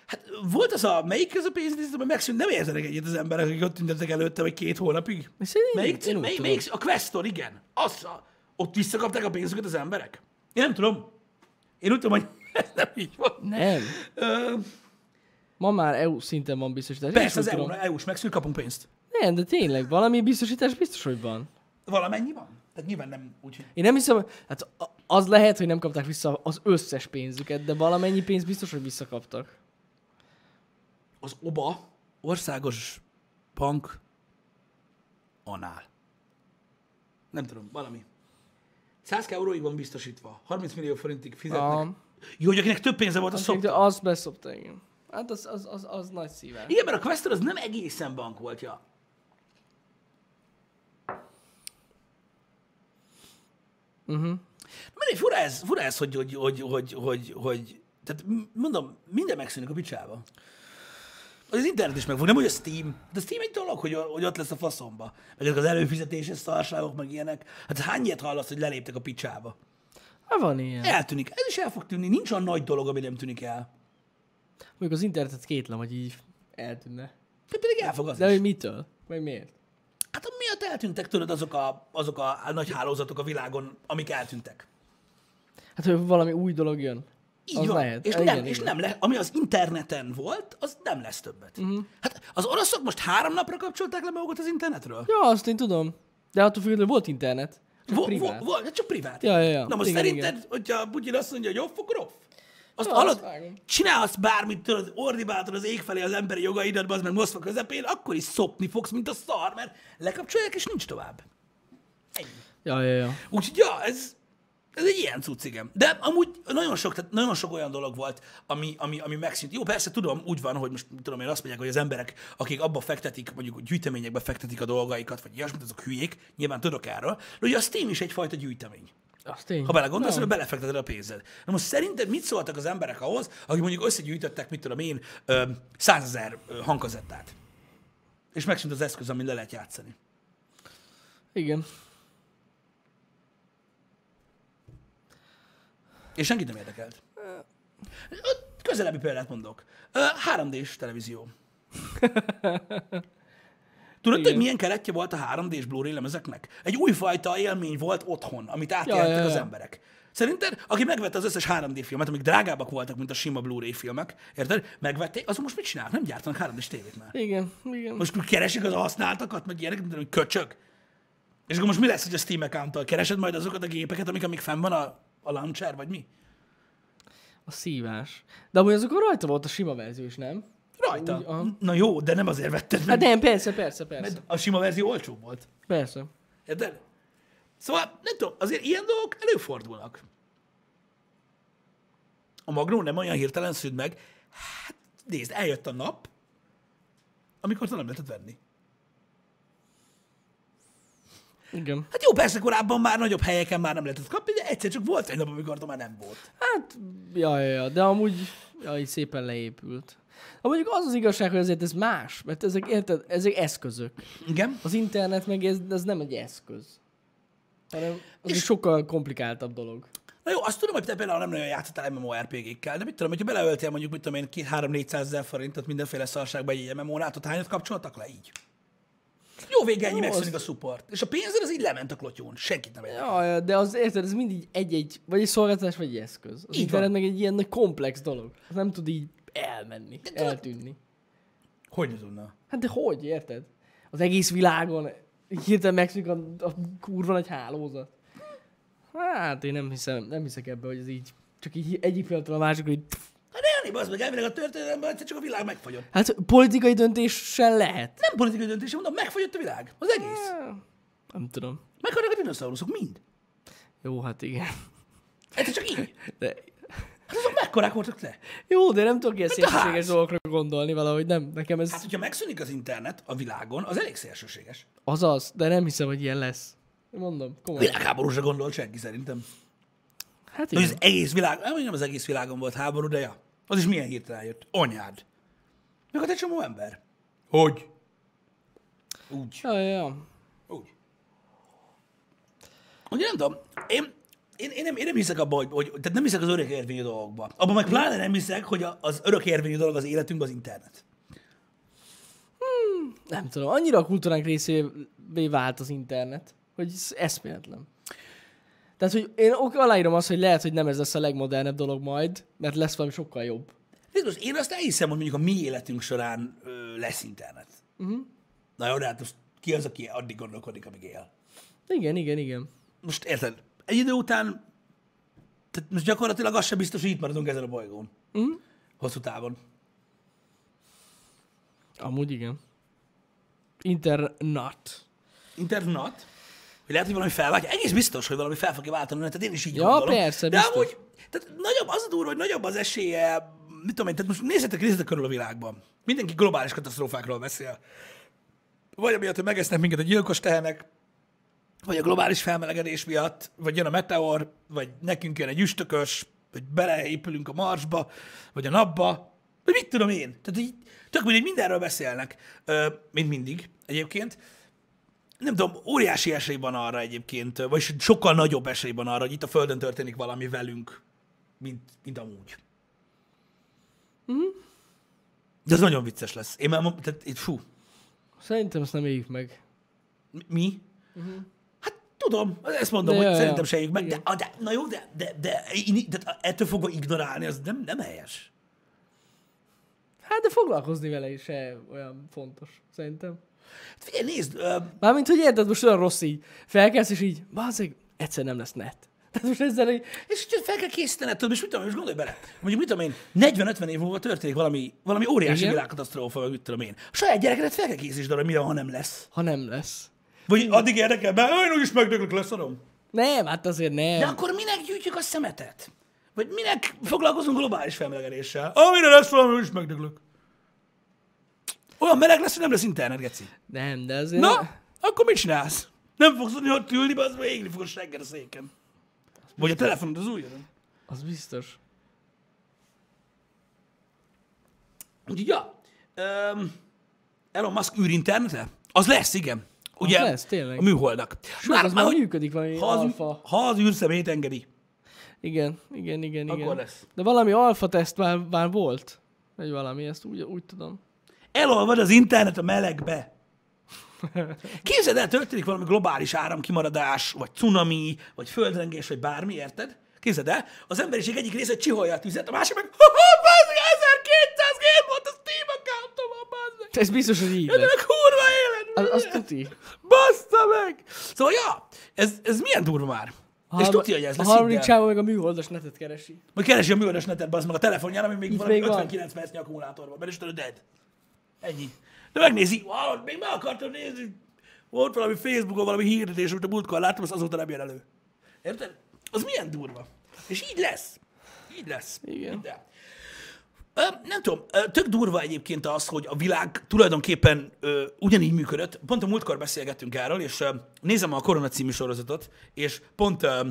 [SPEAKER 1] Hát volt az a, melyik az a pénzintézet, amely megszűnt, nem értenek egyet az emberek, akik ott tüntettek előtte, vagy két hónapig.
[SPEAKER 2] És én-
[SPEAKER 1] Melyik,
[SPEAKER 2] én
[SPEAKER 1] cím,
[SPEAKER 2] úgy
[SPEAKER 1] mely,
[SPEAKER 2] tudom.
[SPEAKER 1] melyik, a Questor, igen. Az, a, ott visszakapták a pénzüket az emberek. Én nem tudom. Én úgy tudom, hogy ez nem így van.
[SPEAKER 2] Nem.
[SPEAKER 1] Ö,
[SPEAKER 2] Ma már EU szinten van biztosítás. Én is
[SPEAKER 1] persze
[SPEAKER 2] úgy
[SPEAKER 1] az E
[SPEAKER 2] tudom.
[SPEAKER 1] EU, EU-s megszűnt, kapunk pénzt.
[SPEAKER 2] Nem, de tényleg, valami biztosítás biztos, hogy van.
[SPEAKER 1] Valamennyi van. Tehát nyilván nem úgy, hogy...
[SPEAKER 2] Én nem hiszem, hát a- az lehet, hogy nem kapták vissza az összes pénzüket, de valamennyi pénzt biztos, hogy visszakaptak.
[SPEAKER 1] Az OBA, Országos Bank Anál. Nem tudom, valami. 100 k euróig van biztosítva. 30 millió forintig fizetnek.
[SPEAKER 2] Aha.
[SPEAKER 1] Jó, hogy akinek több pénze volt, az szokta.
[SPEAKER 2] De azt beszopta, igen. Hát az, az, az, az nagy szívás.
[SPEAKER 1] Igen, mert a Questor az nem egészen bank volt, ja. Uh-huh. Mert fura ez, fura ez hogy, hogy, hogy, hogy, hogy, hogy, tehát m- mondom, minden megszűnik a picsába. Az internet is megfog, nem hogy a Steam. De a Steam egy dolog, hogy, hogy ott lesz a faszomba. Meg ezek az előfizetéses szarságok, meg ilyenek. Hát hány ilyet hallasz, hogy leléptek a picsába?
[SPEAKER 2] Hát van ilyen.
[SPEAKER 1] Eltűnik. Ez is el fog tűnni. Nincs olyan nagy dolog, ami nem tűnik el.
[SPEAKER 2] Mondjuk az internetet kétlem, hogy így eltűnne.
[SPEAKER 1] De pedig el fog az
[SPEAKER 2] De
[SPEAKER 1] is.
[SPEAKER 2] hogy mitől? Meg miért?
[SPEAKER 1] Hát miatt eltűntek tőled azok a, azok a nagy hálózatok a világon, amik eltűntek.
[SPEAKER 2] Hát, hogy valami új dolog jön.
[SPEAKER 1] Így
[SPEAKER 2] az
[SPEAKER 1] van.
[SPEAKER 2] lehet.
[SPEAKER 1] És,
[SPEAKER 2] Igen,
[SPEAKER 1] nem, és
[SPEAKER 2] igen.
[SPEAKER 1] nem le, ami az interneten volt, az nem lesz többet.
[SPEAKER 2] Mhm.
[SPEAKER 1] Uh-huh. Hát az oroszok most három napra kapcsolták le magukat az internetről.
[SPEAKER 2] Ja, azt én tudom. De attól függetlenül volt internet. Csak
[SPEAKER 1] Vo-
[SPEAKER 2] privát.
[SPEAKER 1] vo- vo- hát csak privát.
[SPEAKER 2] Ja, ja, ja.
[SPEAKER 1] Na most
[SPEAKER 2] Igen,
[SPEAKER 1] szerinted, igen. hogyha Putyin azt mondja, hogy off, akkor off. Azt
[SPEAKER 2] Ja,
[SPEAKER 1] hallod,
[SPEAKER 2] azt vágom.
[SPEAKER 1] csinálhatsz bármit, tudod, ordibáltad az ég felé az emberi jogaidat, az meg Moszkva közepén, akkor is szopni fogsz, mint a szar, mert lekapcsolják, és nincs tovább. Ennyi.
[SPEAKER 2] Ja, ja, ja.
[SPEAKER 1] Úgyhogy, ja, ez, ez egy ilyen cucc, igen. De amúgy nagyon sok, tehát nagyon sok olyan dolog volt, ami, ami, ami megszűnt. Jó, persze tudom, úgy van, hogy most mit tudom én azt mondják, hogy az emberek, akik abba fektetik, mondjuk hogy gyűjteményekbe fektetik a dolgaikat, vagy ilyesmit, azok hülyék, nyilván tudok erről, de ugye a Steam is egyfajta gyűjtemény.
[SPEAKER 2] Azt tény.
[SPEAKER 1] Ha belegondolsz, hogy belefekteted a pénzed. Na most szerinted mit szóltak az emberek ahhoz, akik mondjuk összegyűjtöttek, mit tudom én, ö, százezer ö, hangkazettát? És megszűnt az eszköz, amin le lehet játszani.
[SPEAKER 2] Igen.
[SPEAKER 1] És senkit nem érdekelt. Ö, Közelebbi példát mondok. Ö, 3D-s televízió. Tudod,
[SPEAKER 2] Igen.
[SPEAKER 1] hogy milyen keretje volt a 3D-s Blu-ray lemezeknek? Egy újfajta élmény volt otthon, amit átéltek
[SPEAKER 2] Ja, ja,
[SPEAKER 1] az
[SPEAKER 2] ja.
[SPEAKER 1] emberek. Szerinted, aki megvette az összes 3D filmet, amik drágábbak voltak, mint a sima Blu-ray filmek, érted? Megvették, azon most mit csinálnak? Nem gyártanak 3D-s tévét már.
[SPEAKER 2] Igen. Igen. Most...
[SPEAKER 1] Most akkor keresik az használtakat, meg ilyenek, mint hogy köcsög. És akkor most mi lesz, hogy a Steam account Keresed majd azokat a gépeket, amik amik fenn van a, a launcher, vagy mi?
[SPEAKER 2] A szívás. De amúgy az akkor rajta volt a sima verzió is, nem?
[SPEAKER 1] Rajta. Hát-
[SPEAKER 2] Úgy, aha.
[SPEAKER 1] Na jó, de nem azért vetted
[SPEAKER 2] Hát
[SPEAKER 1] meg.
[SPEAKER 2] nem, persze, persze, persze.
[SPEAKER 1] mert a sima verzió olcsó volt.
[SPEAKER 2] Persze.
[SPEAKER 1] Érted? Szóval, nem tudom, azért ilyen dolgok előfordulnak. A magnó nem olyan hirtelen szűnt meg. Hát, nézd, eljött a nap, amikor te nem lehetett venni.
[SPEAKER 2] Igen.
[SPEAKER 1] Hát jó, persze korábban már nagyobb helyeken már nem lehetett kapni, de egyszer csak volt egy nap, amikor már nem volt.
[SPEAKER 2] Hát, ja, ja, ja, de amúgy ja, így szépen leépült. De mondjuk az az igazság, hogy azért ez más, mert ezek, érted, ezek eszközök.
[SPEAKER 1] Igen.
[SPEAKER 2] Az internet meg ez, ez nem egy eszköz. Hanem az egy sokkal komplikáltabb dolog.
[SPEAKER 1] Na jó, azt tudom, hogy te például nem nagyon játszottál MMORPG-kkel, de mit tudom, hogyha beleöltél mondjuk, mit tudom én, 2-3-400 ezer forintot mindenféle szarságba egy MMO-n, át, ott hányat kapcsoltak le így? Jó vége, ennyi
[SPEAKER 2] Jó,
[SPEAKER 1] megszűnik a
[SPEAKER 2] az-
[SPEAKER 1] support. És a pénzed az így lement a klotyón. Senkit nem érdekel.
[SPEAKER 2] Ja, ja, de az, érted, ez mindig egy-egy, vagy egy szolgáltatás, vagy egy eszköz. Az
[SPEAKER 1] Így
[SPEAKER 2] internet
[SPEAKER 1] van.
[SPEAKER 2] meg egy ilyen nagy komplex dolog. Az nem tud így elmenni, eltűnni.
[SPEAKER 1] Hogy ne tudna?
[SPEAKER 2] Hát de hogy, érted? Az egész világon így hirtelen megszűnik a, a kurva nagy hálózat. Hát én nem hiszem, nem hiszek ebbe, hogy ez így csak így egyik pillanatról a másikra így...
[SPEAKER 1] Hát elnébb az meg, elvileg a történelemben egyszer csak a világ megfagyott.
[SPEAKER 2] Hát politikai döntéssel lehet.
[SPEAKER 1] Nem politikai döntés, mondom, megfagyott a világ. Az egész.
[SPEAKER 2] Nem tudom.
[SPEAKER 1] Meghalnak a dinoszauruszok, mind.
[SPEAKER 2] Jó, hát igen.
[SPEAKER 1] Egyszer csak így.
[SPEAKER 2] De...
[SPEAKER 1] Hát azok mekkorák voltak le?
[SPEAKER 2] Jó, de nem tudok ilyen
[SPEAKER 1] a ház.
[SPEAKER 2] szélsőséges dolgokra gondolni valahogy, nem. Nekem
[SPEAKER 1] Hát,
[SPEAKER 2] ez
[SPEAKER 1] hogyha megszűnik az internet a világon, az elég szélsőséges.
[SPEAKER 2] azaz, de nem hiszem, hogy ilyen lesz. Mondom, komolyan.
[SPEAKER 1] Világháborúsra gondol senki szerintem.
[SPEAKER 2] Hát
[SPEAKER 1] De
[SPEAKER 2] igen.
[SPEAKER 1] az egész világ, nem, nem az egész világon volt háború, de ja. Az is milyen hirtelen jött. Anyád. Meg ott egy csomó ember. Hogy? Úgy.
[SPEAKER 2] Ja, ja, ja.
[SPEAKER 1] Úgy. Ugye nem tudom, én, én, én, nem, én nem hiszek abba, hogy, hogy tehát nem hiszek az örök érvényű dolgokba. Abban meg pláne nem hiszek, hogy a- az örök érvényű dolog az életünk az internet.
[SPEAKER 2] Nem tudom, annyira a kultúránk részévé vált az internet, hogy ez eszméletlen. Tehát, hogy én ok, aláírom azt, hogy lehet, hogy nem ez lesz a legmodernebb dolog majd, mert lesz valami sokkal jobb.
[SPEAKER 1] Nézd most, én azt elhiszem, hogy mondjuk a mi életünk során ö, lesz internet. Uh-huh. Na jó, de hát most ki az, aki addig gondolkodik, amíg él?
[SPEAKER 2] Igen, igen, igen.
[SPEAKER 1] Most érted, egy idő után, tehát most gyakorlatilag az sem biztos, hogy itt maradunk ezen a bolygón.
[SPEAKER 2] Mhm.
[SPEAKER 1] Hosszú távon.
[SPEAKER 2] Amúgy igen. Internet.
[SPEAKER 1] Internet, hogy lehet, hogy valami felváltja. Egész biztos, hogy valami fel fogja váltani, tehát én is így
[SPEAKER 2] Ja,
[SPEAKER 1] gondolom.
[SPEAKER 2] persze,
[SPEAKER 1] De
[SPEAKER 2] biztos.
[SPEAKER 1] amúgy, tehát nagyobb az a durva, hogy nagyobb az esélye, mit tudom én, tehát most nézzetek, nézzetek körül a világban. Mindenki globális katasztrófákról beszél. Vagy amiatt, hogy megesznek minket a gyilkos tehenek, vagy a globális felmelegedés miatt, vagy jön a meteor, vagy nekünk jön egy üstökös, vagy beleépülünk a marsba, vagy a napba, vagy mit tudom én. Tehát így, tök mindegy, mindenről beszélnek, Ö, mint mindig egyébként. Nem tudom, óriási esély van arra egyébként, vagy sokkal nagyobb esély van arra, hogy itt a Földön történik valami velünk, mint, mint amúgy.
[SPEAKER 2] Mhm.
[SPEAKER 1] De ez nagyon vicces lesz. Én már, mo- tehát, itt, fú,
[SPEAKER 2] Szerintem ezt nem éljük meg.
[SPEAKER 1] mi? Uh-huh. Hát tudom, ezt mondom,
[SPEAKER 2] Mhm. De
[SPEAKER 1] hogy
[SPEAKER 2] jaj,
[SPEAKER 1] szerintem
[SPEAKER 2] jaj.
[SPEAKER 1] se éljük meg, de,
[SPEAKER 2] Igen.
[SPEAKER 1] a- de, na jó, de, de, de, de, de ettől fogva ignorálni, az nem, nem helyes.
[SPEAKER 2] Hát, de foglalkozni vele is se olyan fontos, szerintem.
[SPEAKER 1] Hát Figyelj, nézd, ö,
[SPEAKER 2] Mármint, hogy érted, most olyan rossz így. Felkelsz, és így, bazeg, egyszer nem lesz net. Tehát most ezzel, így,
[SPEAKER 1] és hogy fel kell készítened, tudom, és mit tudom, én, most gondolj bele. Mondjuk, mit tudom én, 40-50 év múlva történik valami, valami óriási
[SPEAKER 2] Igen.
[SPEAKER 1] világkatasztrófa, vagy mit tudom én. A saját gyerekedet fel kell készítsd arra, hogy mi van, ha nem lesz.
[SPEAKER 2] ha nem lesz.
[SPEAKER 1] Vagy addig érdekel, mert én úgyis megdöglök, leszarom.
[SPEAKER 2] Nem, hát azért nem.
[SPEAKER 1] De akkor minek gyűjtjük a szemetet? Vagy minek foglalkozunk globális felmelegedéssel? Amire lesz valami, úgyis megdöglök. Olyan meleg lesz, hogy nem lesz internet, geci.
[SPEAKER 2] Nem, de azért...
[SPEAKER 1] Na, akkor mit csinálsz? Nem fogsz tudni ott ülni, az meg égni fogsz reggel a széken. Vagy a telefonod az ujjadon.
[SPEAKER 2] Az biztos.
[SPEAKER 1] Úgyhogy, ja, um, Elon Musk űrinternete? Az lesz, igen. Ugye?
[SPEAKER 2] lesz, tényleg.
[SPEAKER 1] A műholdak.
[SPEAKER 2] Már az már
[SPEAKER 1] ahogy-
[SPEAKER 2] működik valami
[SPEAKER 1] ha az,
[SPEAKER 2] alfa.
[SPEAKER 1] ha az űrszemét engedi.
[SPEAKER 2] Igen, igen, igen, igen.
[SPEAKER 1] Akkor lesz.
[SPEAKER 2] De valami alfa teszt már, már volt. Vagy valami, ezt úgy, úgy tudom.
[SPEAKER 1] Elolvad az internet a melegbe. Képzeld el, történik valami globális áramkimaradás, vagy cunami, vagy földrengés, vagy bármi, érted? Képzeld el, az emberiség egyik része csiholja a tüzet, a másik meg, ha ha, bazd meg, 1200 gép volt a Steam accountomon, bazd meg.
[SPEAKER 2] Ez biztos, hogy így
[SPEAKER 1] Ez
[SPEAKER 2] lesz.
[SPEAKER 1] meg kurva élet,
[SPEAKER 2] Az,
[SPEAKER 1] az,
[SPEAKER 2] az tuti.
[SPEAKER 1] Bassza meg! Szóval, ja, ez, ez milyen durva már. És tudja, hogy ez lesz.
[SPEAKER 2] A harmadik
[SPEAKER 1] Harmadik
[SPEAKER 2] csávó meg a műholdas netet keresi.
[SPEAKER 1] Majd keresi a műholdas netet, bazd meg a telefonjára, ami még
[SPEAKER 2] Itt
[SPEAKER 1] valami
[SPEAKER 2] még van.
[SPEAKER 1] 59 percnyi akkumulátor van, benne, és tudod, dead. Ennyi. De megnézi, hallod, még meg akartam nézni, volt valami Facebookon valami hirdetés, amit a múltkor láttam, az azóta nem jön elő. Érted? Az milyen durva. És így lesz. Így lesz.
[SPEAKER 2] Igen.
[SPEAKER 1] Hidd el. Ö, nem tudom, ö, tök durva egyébként az, hogy a világ tulajdonképpen ö, ugyanígy működött. Pont a múltkor beszélgettünk erről, és ö, nézem a Korona című sorozatot, és pont ö,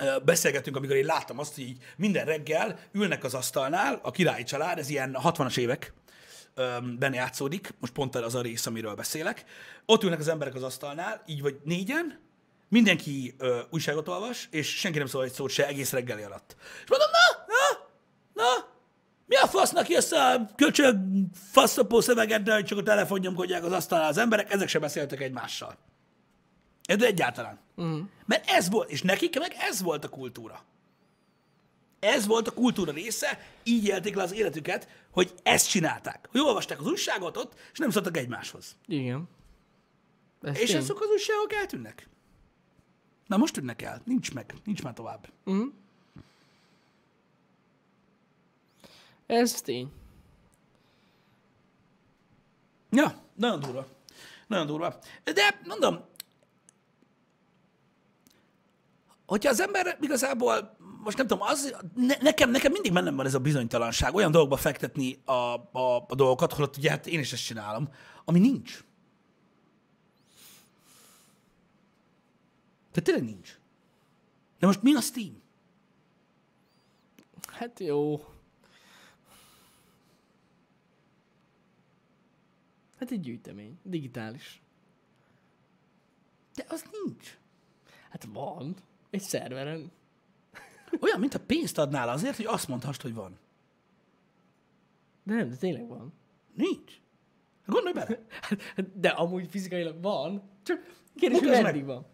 [SPEAKER 1] ö, beszélgettünk, amikor én láttam azt, hogy így minden reggel ülnek az asztalnál a királyi család, ez ilyen 60-as évek, öm, benne játszódik, most pont az a rész, amiről beszélek. Ott ülnek az emberek az asztalnál, így vagy négyen, mindenki ö, újságot olvas, és senki nem szól egy szót se egész reggeli alatt. És mondom, na, na, na, mi a fasznak jössz a köcsög faszapó szövegeddel, hogy csak a telefon nyomkodják az asztalnál az emberek, ezek se beszéltek egymással. De egyáltalán. Uh-huh. Mert ez volt, és nekik meg ez volt a kultúra. Ez volt a kultúra része, így élték le az életüket, hogy ezt csinálták. Hogy olvasták az újságot ott, és nem szóltak egymáshoz.
[SPEAKER 2] Igen. Ez
[SPEAKER 1] És
[SPEAKER 2] tény.
[SPEAKER 1] azok az újságok eltűnnek. Na most tűnnek el, nincs meg, nincs már tovább.
[SPEAKER 2] Ez tény.
[SPEAKER 1] Ja, nagyon durva. Nagyon durva. De mondom, hogyha az ember igazából, most nem tudom, az, ne, nekem, nekem mindig bennem van ez a bizonytalanság, olyan dolgokba fektetni a, a, a dolgokat, holott ugye hát én is ezt csinálom, ami nincs. Tehát tényleg nincs. De most mi a Steam?
[SPEAKER 2] Hát jó. Hát egy gyűjtemény. Digitális.
[SPEAKER 1] De az nincs.
[SPEAKER 2] Hát van. Egy szerveren.
[SPEAKER 1] Olyan, mintha pénzt adnál azért, hogy azt mondhast, hogy van.
[SPEAKER 2] De nem, de tényleg van.
[SPEAKER 1] Nincs. Gondolj bele.
[SPEAKER 2] Hát, De amúgy fizikailag van. Csak kérdés, hogy
[SPEAKER 1] Mutasd meg.
[SPEAKER 2] meddig van.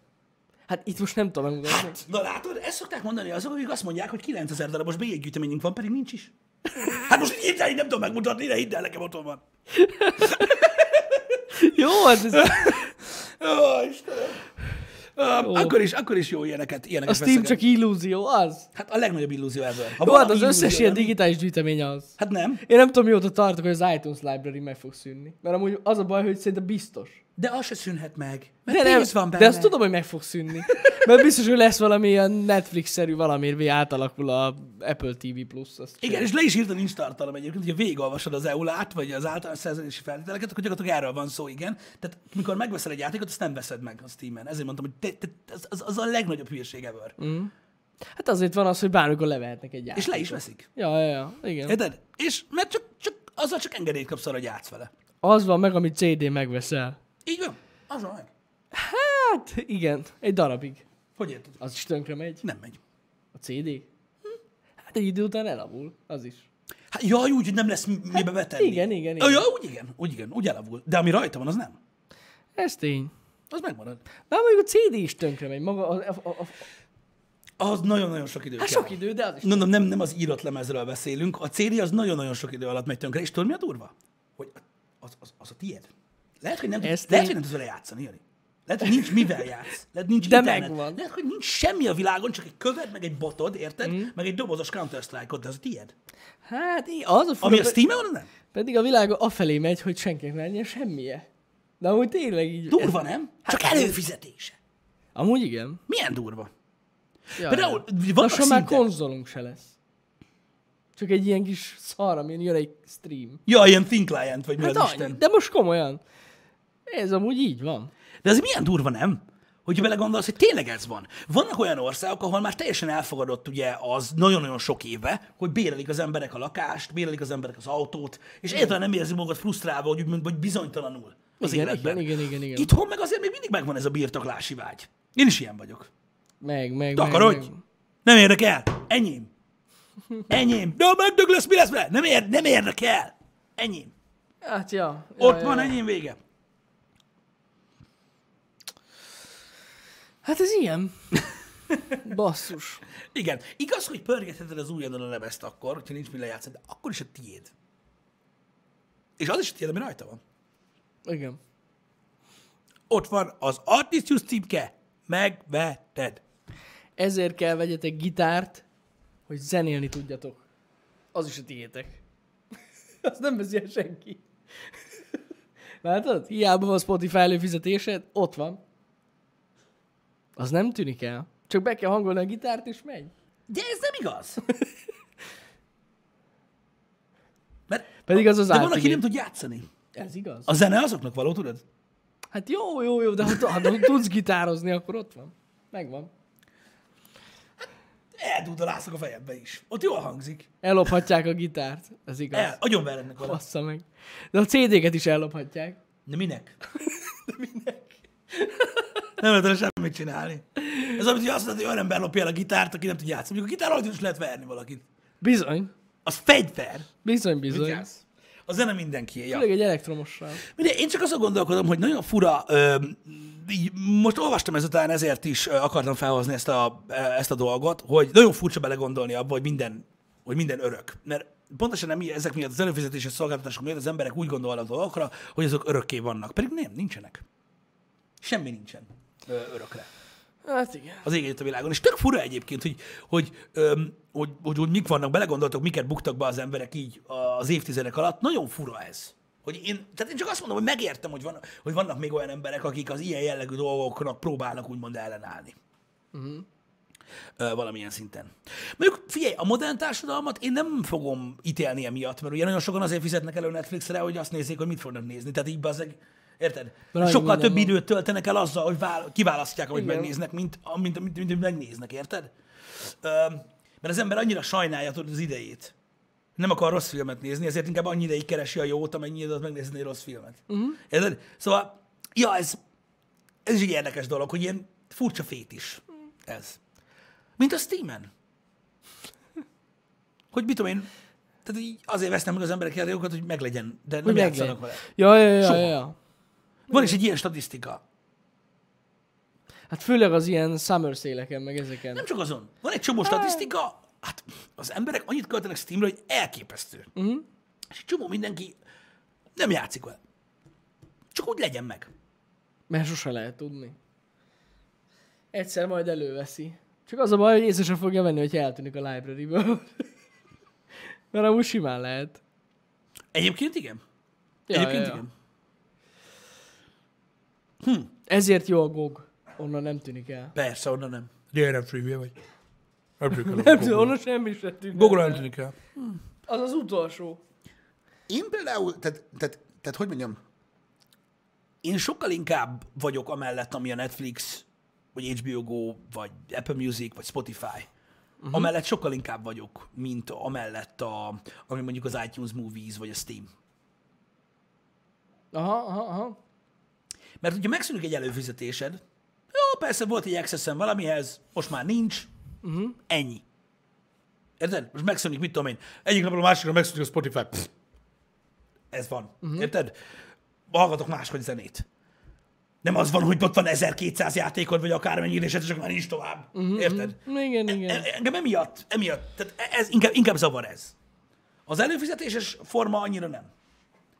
[SPEAKER 2] Hát itt most nem tudom megmutatni. Hát.
[SPEAKER 1] Na látod, ezt szokták mondani azok, akik azt mondják, hogy 9000 darabos bélyeggyűjteményünk van, pedig nincs is. Hát most hirtelen így nem tudom megmutatni, de hidd el, nekem otthon van.
[SPEAKER 2] Jó, hát ez...
[SPEAKER 1] Ó, Istenem. Ö, Akkor is, akkor is jó ilyeneket,
[SPEAKER 2] A
[SPEAKER 1] ilyeneket
[SPEAKER 2] Steam
[SPEAKER 1] veszegetni.
[SPEAKER 2] csak illúzió, az.
[SPEAKER 1] Hát a legnagyobb illúzió ever. Ha
[SPEAKER 2] Jó,
[SPEAKER 1] valami
[SPEAKER 2] hát az összes
[SPEAKER 1] illúzió,
[SPEAKER 2] ilyen
[SPEAKER 1] nem?
[SPEAKER 2] digitális gyűjtemény az.
[SPEAKER 1] Hát nem,
[SPEAKER 2] Én nem tudom, mióta tartok, hogy az iTunes Library meg fog szűnni. Mert amúgy az a baj, hogy szerintem biztos.
[SPEAKER 1] de az se szűnhet meg. Mert
[SPEAKER 2] De, nem,
[SPEAKER 1] pénz van benne.
[SPEAKER 2] de azt tudom, hogy meg fog szűnni. Mert biztos, hogy lesz valami ilyen Netflix-szerű valami, ami átalakul a Apple TV Plus. Azt
[SPEAKER 1] Igen, és le is írta, nincs tartalom egyébként, hogyha végigolvasod az EU-lát, vagy az általános szerződési feltételeket, akkor gyakorlatilag erről van szó, igen. Tehát mikor megveszel egy játékot, azt nem veszed meg a Steam-en. Ezért mondtam, hogy te, te, az, az, az, a legnagyobb hülyeség ever.
[SPEAKER 2] Hát azért van az, hogy bármikor levehetnek egy játékot.
[SPEAKER 1] És le is veszik.
[SPEAKER 2] Ja, ja, ja, igen.
[SPEAKER 1] Érted? És mert csak, csak azzal csak engedélyt kapsz arra, hogy játsz vele.
[SPEAKER 2] Az van meg, amit CD megveszel.
[SPEAKER 1] Így van. Azon meg.
[SPEAKER 2] Hát, igen, egy darabig.
[SPEAKER 1] Hogy érted?
[SPEAKER 2] Az is tönkre megy.
[SPEAKER 1] Nem megy.
[SPEAKER 2] A CD. Hát egy idő után elavul, az is.
[SPEAKER 1] Hát jaj, úgy, hogy nem lesz mi- mibe betenni.
[SPEAKER 2] igen, igen, igen.
[SPEAKER 1] Hát igen. Ja, úgy igen, úgy igen, úgy elavul. De ami rajta van, az nem.
[SPEAKER 2] Ez tény.
[SPEAKER 1] Az megmarad.
[SPEAKER 2] Na, mondjuk a CD is tönkre megy. Maga a, a, a, a,
[SPEAKER 1] Az nagyon-nagyon sok idő
[SPEAKER 2] hát
[SPEAKER 1] kell.
[SPEAKER 2] sok idő, de az is.
[SPEAKER 1] Mondom, nem, nem az írott lemezről beszélünk. A CD az nagyon-nagyon sok idő alatt megy tönkre. És tudod, mi a durva? Hogy az, az, az a tiéd. Lehet, hogy nem,
[SPEAKER 2] Ez
[SPEAKER 1] tudsz,
[SPEAKER 2] tény.
[SPEAKER 1] lehet, hogy nem tudsz vele játszani, Jani. Lehet, hogy nincs mivel játsz. Lehet, nincs
[SPEAKER 2] De
[SPEAKER 1] internet.
[SPEAKER 2] megvan.
[SPEAKER 1] Lehet, hogy nincs semmi a világon, csak egy köved, meg egy botod, érted? Mm. Meg egy dobozos Counter-Strike-od, de az a tiéd.
[SPEAKER 2] Hát, í- az a fura,
[SPEAKER 1] Ami a
[SPEAKER 2] pe-
[SPEAKER 1] Steam-en van, az nem?
[SPEAKER 2] pedig a világ afelé megy, hogy senkinek ne legyen semmije. De amúgy tényleg így.
[SPEAKER 1] Durva, nem?
[SPEAKER 2] Hát
[SPEAKER 1] Csak előfizetése.
[SPEAKER 2] Amúgy igen.
[SPEAKER 1] Milyen durva?
[SPEAKER 2] Ja,
[SPEAKER 1] Például vannak
[SPEAKER 2] Lassan már
[SPEAKER 1] szintek.
[SPEAKER 2] konzolunk se lesz. Csak egy ilyen kis szar, amin jön egy stream.
[SPEAKER 1] Ja, ilyen Think Client, vagy mi
[SPEAKER 2] Hát
[SPEAKER 1] az
[SPEAKER 2] annyi,
[SPEAKER 1] Isten.
[SPEAKER 2] de most komolyan. Ez amúgy így van.
[SPEAKER 1] De ez milyen durva, nem? Hogyha belegondolsz, hogy tényleg ez van. Vannak olyan országok, ahol már teljesen elfogadott ugye az nagyon-nagyon sok éve, hogy bérelik az emberek a lakást, bérelik az emberek az autót, és egyáltalán nem érzi magukat frusztrálva, hogy úgymond, vagy bizonytalanul az
[SPEAKER 2] Igen,
[SPEAKER 1] életben.
[SPEAKER 2] igen, igen, igen, igen.
[SPEAKER 1] Itthon meg azért még mindig megvan ez a birtoklási vágy. Én is ilyen vagyok.
[SPEAKER 2] Meg, meg, meg,
[SPEAKER 1] Takarodj!
[SPEAKER 2] meg.
[SPEAKER 1] Nem érdekel! Enyém! Enyém! De ha megdög lesz, mi lesz vele? Nem, ér, nem érdekel! Enyém!
[SPEAKER 2] Hát ja. ja,
[SPEAKER 1] Ott
[SPEAKER 2] ja,
[SPEAKER 1] van,
[SPEAKER 2] ja.
[SPEAKER 1] enyém vége.
[SPEAKER 2] Hát ez ilyen. Basszus.
[SPEAKER 1] Igen. Igaz, hogy pörgetheted az újonnan a lemezt akkor, hogyha nincs mi lejátszani, de akkor is a tiéd. És az is a tiéd, ami rajta van.
[SPEAKER 2] Igen.
[SPEAKER 1] Ott van az Artisius címke, megveted.
[SPEAKER 2] Ezért kell vegyetek gitárt, hogy zenélni tudjatok. Az is a tiétek. Azt nem veszi el senki. Látod? Hiába van Spotify előfizetésed, ott van. Az nem tűnik el. Csak be kell hangolni a gitárt, és megy.
[SPEAKER 1] De ez nem igaz. Mert
[SPEAKER 2] Pedig az az
[SPEAKER 1] de van, aki
[SPEAKER 2] átügyi.
[SPEAKER 1] nem tud játszani.
[SPEAKER 2] Ez igaz.
[SPEAKER 1] A zene azoknak való, tudod?
[SPEAKER 2] Hát jó, jó, jó, de ha, ha tudsz gitározni, akkor ott van. Megvan.
[SPEAKER 1] Eldúdalászok a fejedbe is. Ott jól hangzik.
[SPEAKER 2] Ellophatják a gitárt. Ez igaz.
[SPEAKER 1] El, agyonverednek vele.
[SPEAKER 2] Bassza meg. De a CD-ket is ellophatják.
[SPEAKER 1] De minek? De minek? nem lehet vele semmit csinálni. Ez amit azt mondod, hogy olyan ember lopja el a gitárt, aki nem tud játszani. Mondjuk a gitár alatt is lehet verni valakit.
[SPEAKER 2] Bizony.
[SPEAKER 1] Az fegyver.
[SPEAKER 2] Bizony, bizony.
[SPEAKER 1] Vigyázz. A zene mindenkié. Ja.
[SPEAKER 2] Főleg egy elektromossal.
[SPEAKER 1] Mindegy, én csak azon gondolkodom, hogy nagyon fura, ö, így most olvastam ezután, ezért is ö, akartam felhozni ezt a, e- ezt a dolgot, hogy nagyon furcsa belegondolni abba, hogy minden, hogy minden örök. Mert pontosan nem, ezek miatt az előfizetéses szolgáltatások miatt az emberek úgy gondolnak dolgokra, hogy azok örökké vannak. Pedig nem, nincsenek. Semmi nincsen ö, örökre
[SPEAKER 2] Hát igen.
[SPEAKER 1] az ég a világon. És tök fura egyébként, hogy, hogy, öm, hogy, hogy, hogy mik vannak, belegondoltok, miket buktak be az emberek így az évtizedek alatt. Nagyon fura ez. Hogy én, tehát én csak azt mondom, hogy megértem, hogy, van, hogy vannak még olyan emberek, akik az ilyen jellegű dolgoknak próbálnak úgymond ellenállni. Ö, valamilyen szinten. Mondjuk figyelj, a modern társadalmat én nem fogom ítélni emiatt, mert ugye nagyon sokan azért fizetnek elő Netflixre, hogy azt nézzék, hogy mit fognak nézni. Tehát így bazeg, érted?
[SPEAKER 2] Nagyon
[SPEAKER 1] Sokkal
[SPEAKER 2] minden
[SPEAKER 1] több
[SPEAKER 2] van.
[SPEAKER 1] időt töltenek el azzal, hogy vál, kiválasztják, amit
[SPEAKER 2] Igen.
[SPEAKER 1] megnéznek, mint, mint, mint, mint, mint megnéznek, érted? Ö, mert az ember annyira sajnálja tudod, az idejét. Nem akar rossz filmet nézni, ezért inkább annyi ideig keresi a jót, amennyi időt megnézni egy rossz filmet.
[SPEAKER 2] Mhm.
[SPEAKER 1] Uh-huh. Érted? Szóval, ja, ez, ez is egy érdekes dolog, hogy ilyen furcsa fét is ez. Mint a Steamen. Hogy mit tudom én, tehát így azért vesznek meg az emberek játékokat, hogy meglegyen, de nem
[SPEAKER 2] Hogy
[SPEAKER 1] hogy
[SPEAKER 2] meglegyen.
[SPEAKER 1] játszanak vele.
[SPEAKER 2] Ja, ja, ja,
[SPEAKER 1] Soha.
[SPEAKER 2] ja, ja.
[SPEAKER 1] Van is egy ilyen statisztika.
[SPEAKER 2] Hát főleg az ilyen summer széleken, meg ezeken.
[SPEAKER 1] Nem csak azon. Van egy csomó statisztika, hát az emberek annyit költenek Steamre, hogy elképesztő.
[SPEAKER 2] Mhm.
[SPEAKER 1] Uh-huh. És egy csomó mindenki nem játszik vele. Csak úgy legyen meg.
[SPEAKER 2] Mert sose lehet tudni. Egyszer majd előveszi. Csak az a baj, hogy észre sem fogja venni, hogy eltűnik a library-ből. Mert amúgy simán lehet.
[SPEAKER 1] Egyébként igen.
[SPEAKER 2] Ja,
[SPEAKER 1] Egyébként
[SPEAKER 2] ja, ja.
[SPEAKER 1] igen.
[SPEAKER 2] Ezért jó a GOG. Onnan nem tűnik el.
[SPEAKER 1] Persze, onnan nem. De nem trivia vagy. Nem
[SPEAKER 2] Nem tűnik, onnan semmi sem tűnik el.
[SPEAKER 1] tűnik el.
[SPEAKER 2] Az az utolsó.
[SPEAKER 3] Én például, tehát, tehát, tehát hogy mondjam,
[SPEAKER 1] én sokkal inkább vagyok amellett, ami a Netflix, vagy HBO Go, vagy Apple Music, vagy Spotify.
[SPEAKER 2] Mhm.
[SPEAKER 1] Uh-huh. Amellett sokkal inkább vagyok, mint amellett, a, ami mondjuk az iTunes Movies, vagy a Steam.
[SPEAKER 2] Aha, aha, aha.
[SPEAKER 1] Mert hogyha megszűnik egy előfizetésed, jó, persze volt egy access valamihez, most már nincs, uh-huh. ennyi. Érted? Most megszűnik, mit tudom én. Egyik napról a másikra megszűnik a Spotify. Pff. Ez van. Uh-huh. Érted? Hallgatok máshogy zenét. Nem az van, hogy ott van 1200 játékod, vagy akármennyi, és egyszer csak már nincs tovább. Uh-huh. Érted?
[SPEAKER 2] Igen, igen.
[SPEAKER 1] E- Engem emiatt, emiatt, tehát e, ez inkább, inkább zavar ez. Az előfizetéses forma annyira nem.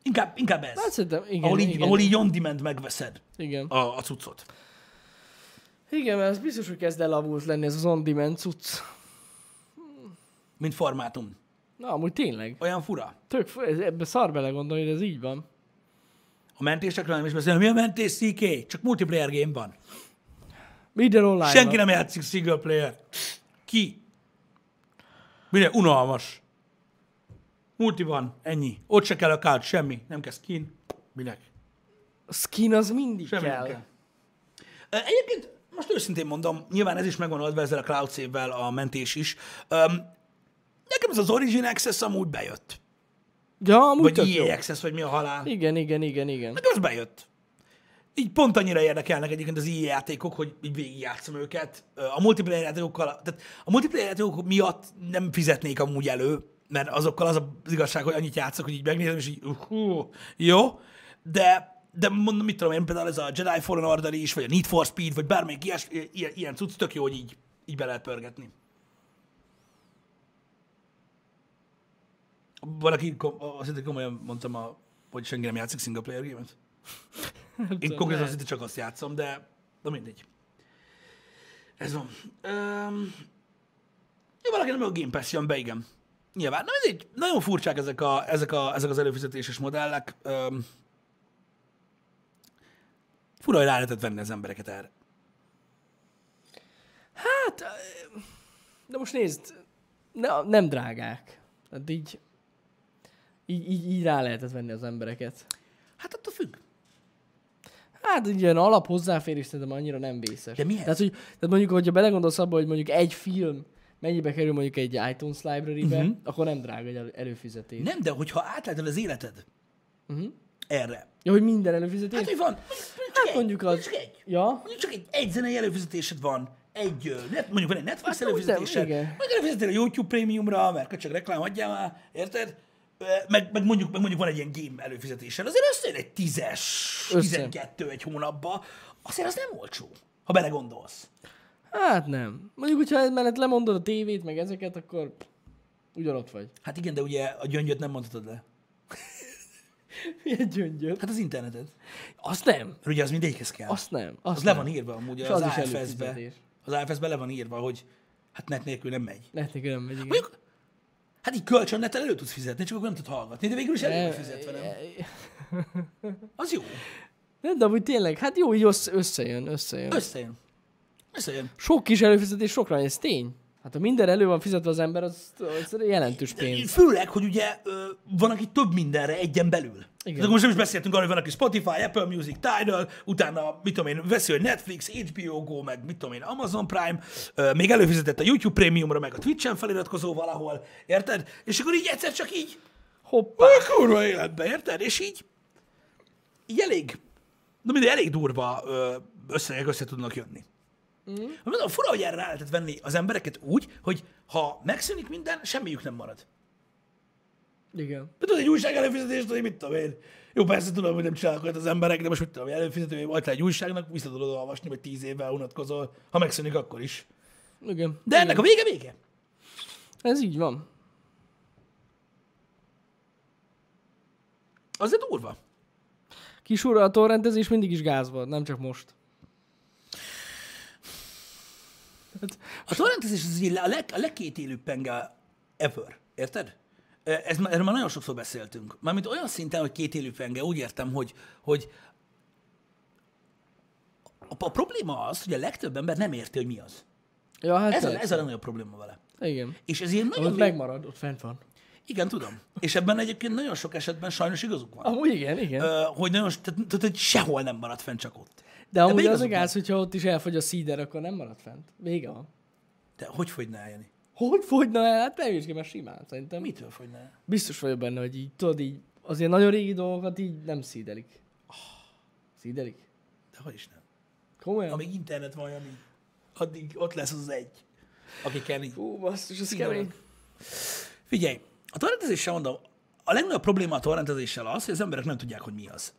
[SPEAKER 1] Inkább, inkább ez.
[SPEAKER 2] Hát szerintem, igen,
[SPEAKER 1] ahol, így,
[SPEAKER 2] igen.
[SPEAKER 1] ahol így on demand megveszed
[SPEAKER 2] Igen.
[SPEAKER 1] a, a cuccot.
[SPEAKER 2] Igen, mert ez biztos, hogy kezd elavult lenni ez az on-demand cucc.
[SPEAKER 1] mint formátum.
[SPEAKER 2] Na, amúgy tényleg.
[SPEAKER 1] Olyan fura.
[SPEAKER 2] Tök, fu- ez- ebbe szar belegondolni, hogy ez így van.
[SPEAKER 1] A mentésekről nem is beszélünk. Mi a mentés CK? Csak multiplayer game van.
[SPEAKER 2] Minden online
[SPEAKER 1] Senki
[SPEAKER 2] van.
[SPEAKER 1] nem játszik single player. Ki? Mire? Unalmas. Multi van, ennyi. Ott se kell a kárt, semmi. Nem kell skin. Minek?
[SPEAKER 2] A skin az mindig
[SPEAKER 1] Semmi
[SPEAKER 2] kell.
[SPEAKER 1] nem kell. Ö, Egyébként most őszintén mondom, nyilván ez is megvan adva ezzel a cloud save-vel a mentés is. Öm, nekem ez az Origin Access amúgy bejött.
[SPEAKER 2] Ja, amúgy
[SPEAKER 1] Vagy
[SPEAKER 2] tök jó.
[SPEAKER 1] EA Access, vagy mi a halál.
[SPEAKER 2] Igen, igen, igen, igen.
[SPEAKER 1] Nekem az bejött. Így pont annyira érdekelnek egyébként az ilyen játékok, hogy így végigjátszom őket. Ö, A multiplayer játékokkal, tehát a multiplayer játékok miatt nem fizetnék amúgy elő, mert azokkal az az igazság, hogy annyit játszok, hogy így megnézem, és így uh, hú, jó, de de mondom, mit tudom én, például ez a Jedi Fallen Order is, vagy a Need for Speed, vagy bármelyik ilyes, ilyen, ilyen cucc, tök jó, hogy így, így be lehet pörgetni. Valaki, kom- azt hiszem, komolyan mondtam, a, hogy senki nem játszik single player game-et. Én
[SPEAKER 2] tudom,
[SPEAKER 1] konkrétan
[SPEAKER 2] lehet.
[SPEAKER 1] szinte csak azt játszom, de na mindegy. Ez van. Um, ja, valaki nem a Game Pass jön be, igen. Nyilván. Na, mindegy, nagyon furcsák ezek, a, ezek, a, ezek az előfizetéses modellek. Um, fura, hogy rá lehetett venni az embereket erre.
[SPEAKER 2] Hát, ö, de most nézd, ne, nem drágák. Hát így, így, így, így rá lehetett venni az embereket.
[SPEAKER 1] Hát attól függ.
[SPEAKER 2] Hát egy ilyen alap hozzáférés szerintem annyira nem vészes.
[SPEAKER 1] De mihez?
[SPEAKER 2] Tehát, hogy, tehát mondjuk, hogyha belegondolsz abba, hogy mondjuk egy film mennyibe kerül mondjuk egy iTunes library-be,
[SPEAKER 1] Mhm.
[SPEAKER 2] uh-huh. akkor nem drága egy elő- előfizetés.
[SPEAKER 1] Nem, de hogyha átálltad az életed uh-huh.
[SPEAKER 2] Mhm.
[SPEAKER 1] erre,
[SPEAKER 2] Ja, hogy minden előfizetés?
[SPEAKER 1] Hát, hogy van?
[SPEAKER 2] Hát mondjuk az-
[SPEAKER 1] Csak egy.
[SPEAKER 2] Ja.
[SPEAKER 1] Mondjuk csak egy, egy zenei előfizetésed van, egy, ö, net, mondjuk van egy Netflix
[SPEAKER 2] Hát, úgy nem,
[SPEAKER 1] előfizetésed,
[SPEAKER 2] igen.
[SPEAKER 1] meg előfizetél a YouTube prémiumra, mert csak reklám adjál már, érted? Ö, Meg, meg, mondjuk, meg mondjuk van egy ilyen game előfizetésed, azért összejön egy tízes,
[SPEAKER 2] Össze.
[SPEAKER 1] tizenkettő egy hónapba, azért az nem olcsó, ha belegondolsz.
[SPEAKER 2] Hát nem. Mondjuk, hogyha emellett lemondod a tévét, meg ezeket, akkor ugyanott vagy.
[SPEAKER 1] Hát igen, de ugye a gyöngyöt nem mondhatod le.
[SPEAKER 2] Milyen gyöngyöd.
[SPEAKER 1] Hát az interneted.
[SPEAKER 2] Azt nem.
[SPEAKER 1] Mert ugye az mindegyikhez kell.
[SPEAKER 2] Azt nem. Azt
[SPEAKER 1] az le
[SPEAKER 2] nem.
[SPEAKER 1] van írva amúgy
[SPEAKER 2] És
[SPEAKER 1] az,
[SPEAKER 2] az is
[SPEAKER 1] az AFS-be.
[SPEAKER 2] előfizetés.
[SPEAKER 1] Az AFS-be le van írva, hogy hát net nélkül nem megy.
[SPEAKER 2] Lehet, hogy nem megy, igen.
[SPEAKER 1] Mondjuk, hát így kölcsönnettel elő tudsz fizetni, csak akkor nem tudod hallgatni, de végül is
[SPEAKER 2] E,
[SPEAKER 1] elő vagy fizetve, nem? Az jó.
[SPEAKER 2] Nem, de amúgy tényleg, hát jó, így össze, összejön, összejön.
[SPEAKER 1] Összejön. Összejön.
[SPEAKER 2] Sok kis előfizetés sokra, ez tény. Hát ha minden elő van fizetve az ember, az, az jelentős pénz.
[SPEAKER 1] Főleg, hogy ugye ö, van, aki több mindenre egyen belül.
[SPEAKER 2] Igen.
[SPEAKER 1] Igen. Tehát most nem is beszéltünk arról, hogy van, aki Spotify, Apple Music, Tidal, utána, mit tudom én, veszi, hogy Netflix, HBO Go, meg mit tudom én, Amazon Prime, ö, még előfizetett a YouTube Premiumra, meg a Twitch-en feliratkozó valahol, érted? És akkor így egyszer csak így,
[SPEAKER 2] Hoppá.
[SPEAKER 1] Pá. A kurva életbe, érted? És így, így elég, na mindegy, elég durva ö, összegek össze tudnak jönni. Mm. Mondom, fura, hogy erre rá lehetett venni az embereket úgy, hogy ha megszűnik minden, semmiük nem marad.
[SPEAKER 2] Igen.
[SPEAKER 1] De tudod, egy újság előfizetést, hogy mit tudom én. Jó, persze tudom, hogy nem csinálok olyat az emberek, de most mit tudom, én, előfizetője volt egy újságnak, vissza tudod olvasni, vagy tíz évvel unatkozol, ha megszűnik, akkor is.
[SPEAKER 2] Igen.
[SPEAKER 1] De ennek a vége vége.
[SPEAKER 2] Ez így van.
[SPEAKER 1] Azért durva.
[SPEAKER 2] Kis úr, a torrentezés mindig is gáz volt, nem csak most.
[SPEAKER 1] A torrentezés az így a, leg, a legkétélőbb penge ever, érted? E, Ez, már- erről már nagyon sokszor beszéltünk. Mármint olyan szinten, hogy kétélű penge, úgy értem, hogy, hogy a, a probléma az, hogy a legtöbb ember nem érti, hogy mi az.
[SPEAKER 2] Ja, hát
[SPEAKER 1] Ez a,
[SPEAKER 2] persze.
[SPEAKER 1] ez a legnagyobb probléma vele.
[SPEAKER 2] Igen.
[SPEAKER 1] És ez ilyen
[SPEAKER 2] Ott
[SPEAKER 1] nagyon... Meg...
[SPEAKER 2] megmarad, ott fent van.
[SPEAKER 1] Igen, tudom. És ebben egyébként nagyon sok esetben sajnos igazuk van.
[SPEAKER 2] Amúgy igen, igen.
[SPEAKER 1] Ö, hogy nagyon, tehát, tehát, hogy sehol nem marad fenn, csak ott.
[SPEAKER 2] De amúgy az a
[SPEAKER 1] igazuk
[SPEAKER 2] gáz, hogyha ott is elfogy a szíder, akkor nem marad fent. Vége van.
[SPEAKER 1] De hogy fogyná el, Jani?
[SPEAKER 2] Hogy fogyna el? Hát nem is, mert simán szerintem.
[SPEAKER 1] Mitől fogyná el?
[SPEAKER 2] Biztos vagyok benne, hogy így, tudod, így azért nagyon régi dolgokat így nem szídelik. Szídelik?
[SPEAKER 1] De hogy is nem.
[SPEAKER 2] Komolyan?
[SPEAKER 1] Amíg internet van, Jani, addig ott lesz az egy, aki kell így.
[SPEAKER 2] Hú, basszus, ez
[SPEAKER 1] Igen.
[SPEAKER 2] kemény.
[SPEAKER 1] Figyelj, a torrentezéssel mondom, a legnagyobb probléma a torrentezéssel az, hogy az emberek nem tudják, hogy mi az.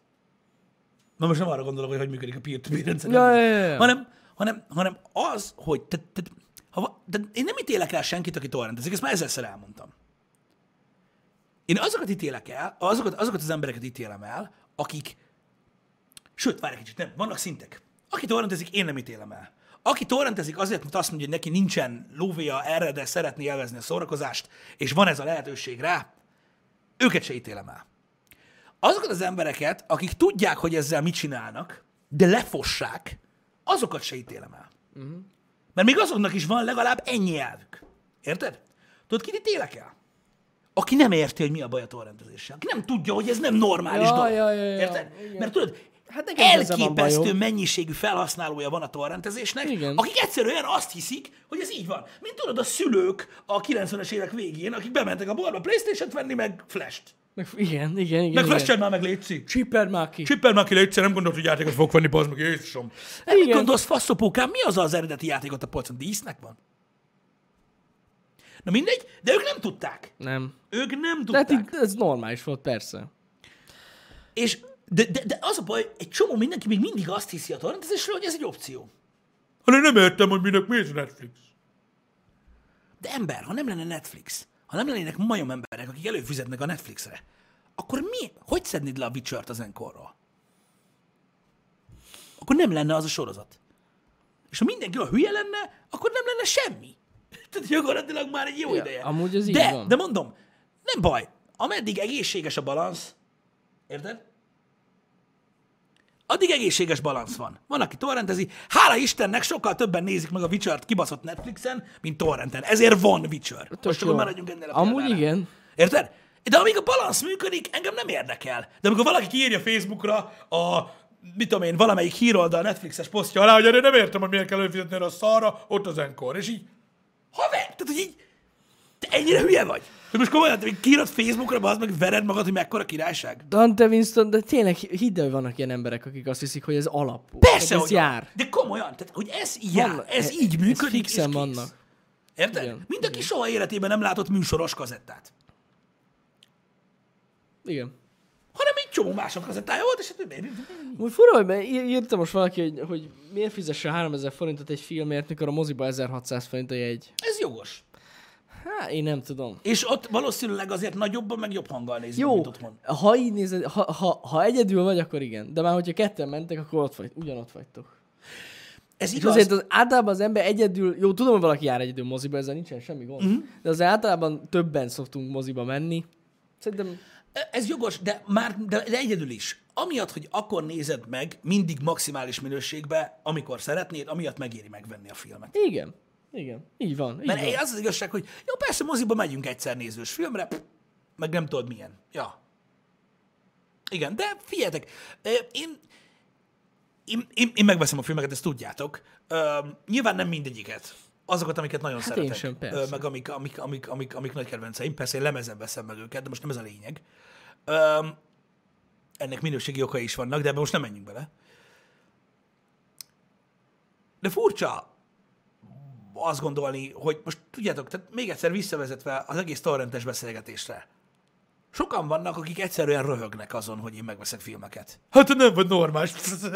[SPEAKER 1] Na most nem arra gondolok, hogy hogy működik a peer-to-peer rendszer,
[SPEAKER 2] Ja,
[SPEAKER 1] nem.
[SPEAKER 2] ja, ja, ja.
[SPEAKER 1] hanem, hanem, hanem az, hogy te, te, ha, va- de én nem ítélek el senkit, aki torrentezik, ezt már ezerszer elmondtam. Én azokat ítélek el, azokat, azokat az embereket ítélem el, akik Sőt, várj egy kicsit, nem, vannak szintek. Aki torrentezik, én nem ítélem el. Aki torrentezik azért, mert azt mondja, hogy neki nincsen lóvéja erre, de szeretné élvezni a szórakozást, és van ez a lehetőség rá, őket se ítélem el. Azokat az embereket, akik tudják, hogy ezzel mit csinálnak, de lefossák, azokat se ítélem el. Uh-huh. Mert még azoknak is van legalább ennyi elvük. Érted? Tudod, kit ítélek el? Aki nem érti, hogy mi a baj a torrentezéssel. Aki nem tudja, hogy ez nem normális
[SPEAKER 2] Ja,
[SPEAKER 1] dolog.
[SPEAKER 2] ja, ja, ja.
[SPEAKER 1] Érted?
[SPEAKER 2] Igen.
[SPEAKER 1] Mert tudod,
[SPEAKER 2] Hát nekem is ezzel van
[SPEAKER 1] elképesztő
[SPEAKER 2] bajom.
[SPEAKER 1] mennyiségű felhasználója van a torrentezésnek,
[SPEAKER 2] Igen.
[SPEAKER 1] akik egyszerűen azt hiszik, hogy ez így van. Mint tudod, a szülők a 90-es évek végén, akik bementek a boltba Playstation-t venni, meg Flash-t.
[SPEAKER 2] Meg, igen, igen, igen.
[SPEAKER 1] Meg
[SPEAKER 2] igen.
[SPEAKER 1] Flash-t már meg létszik.
[SPEAKER 2] Csipper már ki.
[SPEAKER 1] Csipper már ki egyszer nem gondolt, hogy játékot fog venni, bazd meg, Jézusom. Nem mit
[SPEAKER 2] Igen.
[SPEAKER 1] gondolsz, faszopókám, mi az az eredeti játékot a polcon? Dísznek van? Na mindegy, de ők nem tudták.
[SPEAKER 2] Nem.
[SPEAKER 1] Ők nem
[SPEAKER 2] De
[SPEAKER 1] tudták.
[SPEAKER 2] hát így, ez normális volt, persze.
[SPEAKER 1] És de, de, de az a baj, egy csomó mindenki még mindig azt hiszi a torrentezésről, hogy ez egy opció.
[SPEAKER 4] Hanem nem értem, hogy minek miért Netflix.
[SPEAKER 1] De ember, ha nem lenne Netflix, ha nem lennének majom emberek, akik előfizetnek a Netflixre, akkor mi, hogy szednéd le a Witcher-t az enkorról? Akkor nem lenne az a sorozat. És ha mindenki olyan hülye lenne, akkor nem lenne semmi. Tehát gyakorlatilag már egy jó
[SPEAKER 2] Ja,
[SPEAKER 1] ideje.
[SPEAKER 2] amúgy ez így
[SPEAKER 1] de,
[SPEAKER 2] van.
[SPEAKER 1] De mondom, nem baj. Ameddig egészséges a balansz, érted? Addig egészséges balansz van. Van, aki torrentezi. Hála Istennek sokkal többen nézik meg a Witcher-t kibaszott Netflixen, mint torrenten. Ezért van Witcher. Most
[SPEAKER 2] jó.
[SPEAKER 1] akkor maradjunk ennél a
[SPEAKER 2] Amúgy
[SPEAKER 1] példánál.
[SPEAKER 2] igen.
[SPEAKER 1] Érted? De amíg a balansz működik, engem nem érdekel. De amikor valaki kiírja Facebookra a, mit tudom én, valamelyik híroldal Netflixes posztja alá,
[SPEAKER 4] Alá, hogy erre nem értem, hogy miért kell előfizetni erre a szarra, ott az enkor. És így,
[SPEAKER 1] haver, tehát hogy így, te ennyire hülye vagy. Hogy most komolyan, hogy kiírod Facebookra, bazd meg vered magad, hogy mekkora királyság.
[SPEAKER 2] Dante Winston, de tényleg hidd el, hogy vannak ilyen emberek, akik azt hiszik, hogy ez alapú.
[SPEAKER 1] Persze,
[SPEAKER 2] ez
[SPEAKER 1] hogy
[SPEAKER 2] jár.
[SPEAKER 1] De komolyan, tehát hogy ez jár,
[SPEAKER 2] Vannak-
[SPEAKER 1] ez
[SPEAKER 2] e-
[SPEAKER 1] így
[SPEAKER 2] ez
[SPEAKER 1] működik, és
[SPEAKER 2] fixen
[SPEAKER 1] kész.
[SPEAKER 2] vannak.
[SPEAKER 1] Érted?
[SPEAKER 2] Igen,
[SPEAKER 1] Mint aki soha életében nem látott műsoros kazettát.
[SPEAKER 2] Igen.
[SPEAKER 1] Hanem egy csomó mások kazettája volt, és hát
[SPEAKER 2] Úgy fura, hogy be- ír- írta most valaki, hogy, hogy miért fizesse 3000 forintot egy filmért, mikor a moziba 1600 forint a jegy.
[SPEAKER 1] ez jogos.
[SPEAKER 2] Hát, én nem tudom.
[SPEAKER 1] És ott valószínűleg azért nagyobban, meg jobb hanggal nézik,
[SPEAKER 2] Jó,
[SPEAKER 1] mint otthon.
[SPEAKER 2] ha így nézed, ha, ha, ha egyedül vagy, akkor igen. De már hogyha ketten mentek, akkor ott vagy, ugyanott vagytok.
[SPEAKER 1] Ez
[SPEAKER 2] És
[SPEAKER 1] igaz.
[SPEAKER 2] azért az, általában az ember egyedül, jó, tudom, hogy valaki jár egyedül moziba, ezzel nincsen semmi gond.
[SPEAKER 1] Mhm.
[SPEAKER 2] Mm-hmm. De azért általában többen szoktunk moziba menni. Szerintem
[SPEAKER 1] E, Ez jogos, de már de, de egyedül is. Amiatt, hogy akkor nézed meg mindig maximális minőségbe, amikor szeretnéd, amiatt megéri megvenni a filmet.
[SPEAKER 2] igen, igen, így van, így
[SPEAKER 1] Mert
[SPEAKER 2] van.
[SPEAKER 1] az az igazság, hogy jó, persze moziba megyünk egyszer nézős filmre, pff, meg nem tudod milyen. Ja. Igen, de figyeljetek, ö, én, én, én, én megveszem a filmeket, ezt tudjátok. Ö, nyilván nem mindegyiket. Azokat, amiket nagyon
[SPEAKER 2] Hát én
[SPEAKER 1] szeretek.
[SPEAKER 2] sem,
[SPEAKER 1] ö,
[SPEAKER 2] persze.
[SPEAKER 1] meg amik, amik, amik, amik, amik nagy kedvenceim. Persze én lemezen veszem meg őket, de most nem ez a lényeg. Ö, ennek minőségi okai is vannak, de ebbe most nem menjünk bele. De furcsa, azt gondolni, hogy most tudjátok, tehát még egyszer visszavezetve az egész torrentes beszélgetésre. Sokan vannak, akik egyszerűen röhögnek azon, hogy én megveszek filmeket.
[SPEAKER 4] hát te nem vagy normális.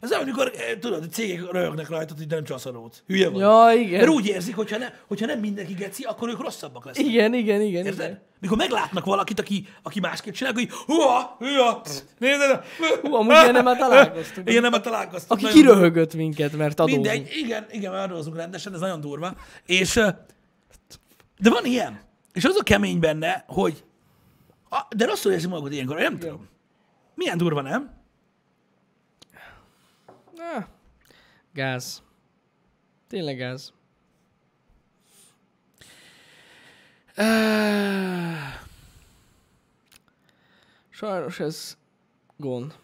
[SPEAKER 1] Ez olyan, amikor, eh, tudod, a cégek röhögnek rajtad, hogy nem csaszalót. Hülye vagy.
[SPEAKER 2] Ja, igen.
[SPEAKER 1] Mert úgy érzik, hogyha, ne, hogyha nem mindenki geci, akkor ők rosszabbak lesznek.
[SPEAKER 2] Igen, igen, igen.
[SPEAKER 1] Érted?
[SPEAKER 2] igen.
[SPEAKER 1] Mikor meglátnak valakit, aki, aki másképp csinál, hogy hua, hua, nézd,
[SPEAKER 2] Hú, amúgy ilyennel már találkoztunk.
[SPEAKER 1] Igen, nem találkoztam.
[SPEAKER 2] Aki kiröhögött minket, mert adózunk.
[SPEAKER 1] Mindegy, igen, igen, mert adózunk rendesen, ez nagyon durva. És, ö, de van ilyen. És az a kemény benne, hogy a- de rosszul érzi magad ilyenkor, nem tudom. Milyen durva, nem?
[SPEAKER 2] Ah, gáz. Tényleg gáz. Ah. Sajnos ez gond.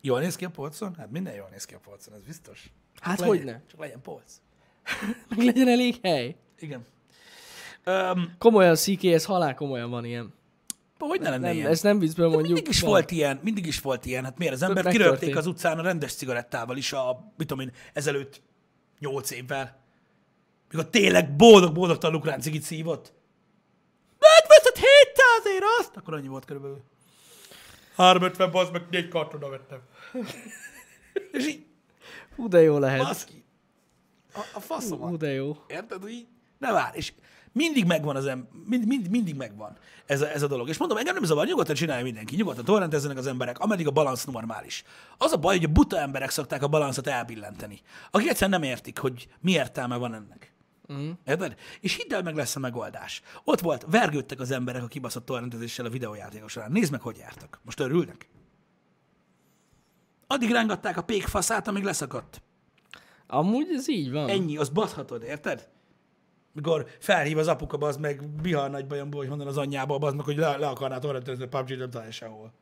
[SPEAKER 1] Jól néz ki a polcon? Hát minden jól néz ki a polcon, ez biztos.
[SPEAKER 2] Hát
[SPEAKER 1] Legyen-
[SPEAKER 2] hogyne.
[SPEAKER 1] Csak legyen polc.
[SPEAKER 2] Meg legyen elég hely.
[SPEAKER 1] Igen. Öm,
[SPEAKER 2] Komolyan, CK, ez halál komolyan van ilyen.
[SPEAKER 1] hogy ne lenne
[SPEAKER 2] Nem,
[SPEAKER 1] ilyen?
[SPEAKER 2] ez nem viccből mondjuk.
[SPEAKER 1] Mindig is
[SPEAKER 2] van.
[SPEAKER 1] volt ilyen, mindig is volt ilyen. Hát miért? Az ember
[SPEAKER 2] megtörtént.
[SPEAKER 1] kiröpték az utcán a rendes cigarettával is a, mit tudom én, ezelőtt nyolc évvel. Mikor tényleg boldog-boldogtalan ukrán cigit szívott. Megveszed 700 ér azt! Akkor annyi volt körülbelül.
[SPEAKER 4] 350 bazd meg, négy kartona vettem.
[SPEAKER 1] És így,
[SPEAKER 2] Hú, de jó lehet.
[SPEAKER 1] baszki. A, a
[SPEAKER 2] Hú,
[SPEAKER 1] faszomat.
[SPEAKER 2] de jó.
[SPEAKER 1] Érted? Hogy így ne vár. És mindig megvan az em, mind, mind, mindig megvan ez a, ez a dolog. És mondom, engem nem zavar, nyugodtan csinálja mindenki, nyugodtan torrentezzenek az emberek, ameddig a balansz normális. Az a baj, hogy a buta emberek szokták a balanszot elbillenteni, akik egyszerűen nem értik, hogy mi értelme van ennek. Mm. Érted? És hidd el, meg lesz a megoldás. Ott volt, vergődtek az emberek a kibaszott torrentezéssel a videójátékos során. Nézd meg, hogy jártak. Most örülnek. Addig rángatták a pék faszát, amíg leszakadt.
[SPEAKER 2] Amúgy ez így van.
[SPEAKER 1] Ennyi, az baszhatod, érted? Mikor felhív az apuka, az meg bihar nagy bajomból, hogy honnan az anyjából, az meg, hogy le, le akarná torrentezni a PUBG-t, nem találja sehol.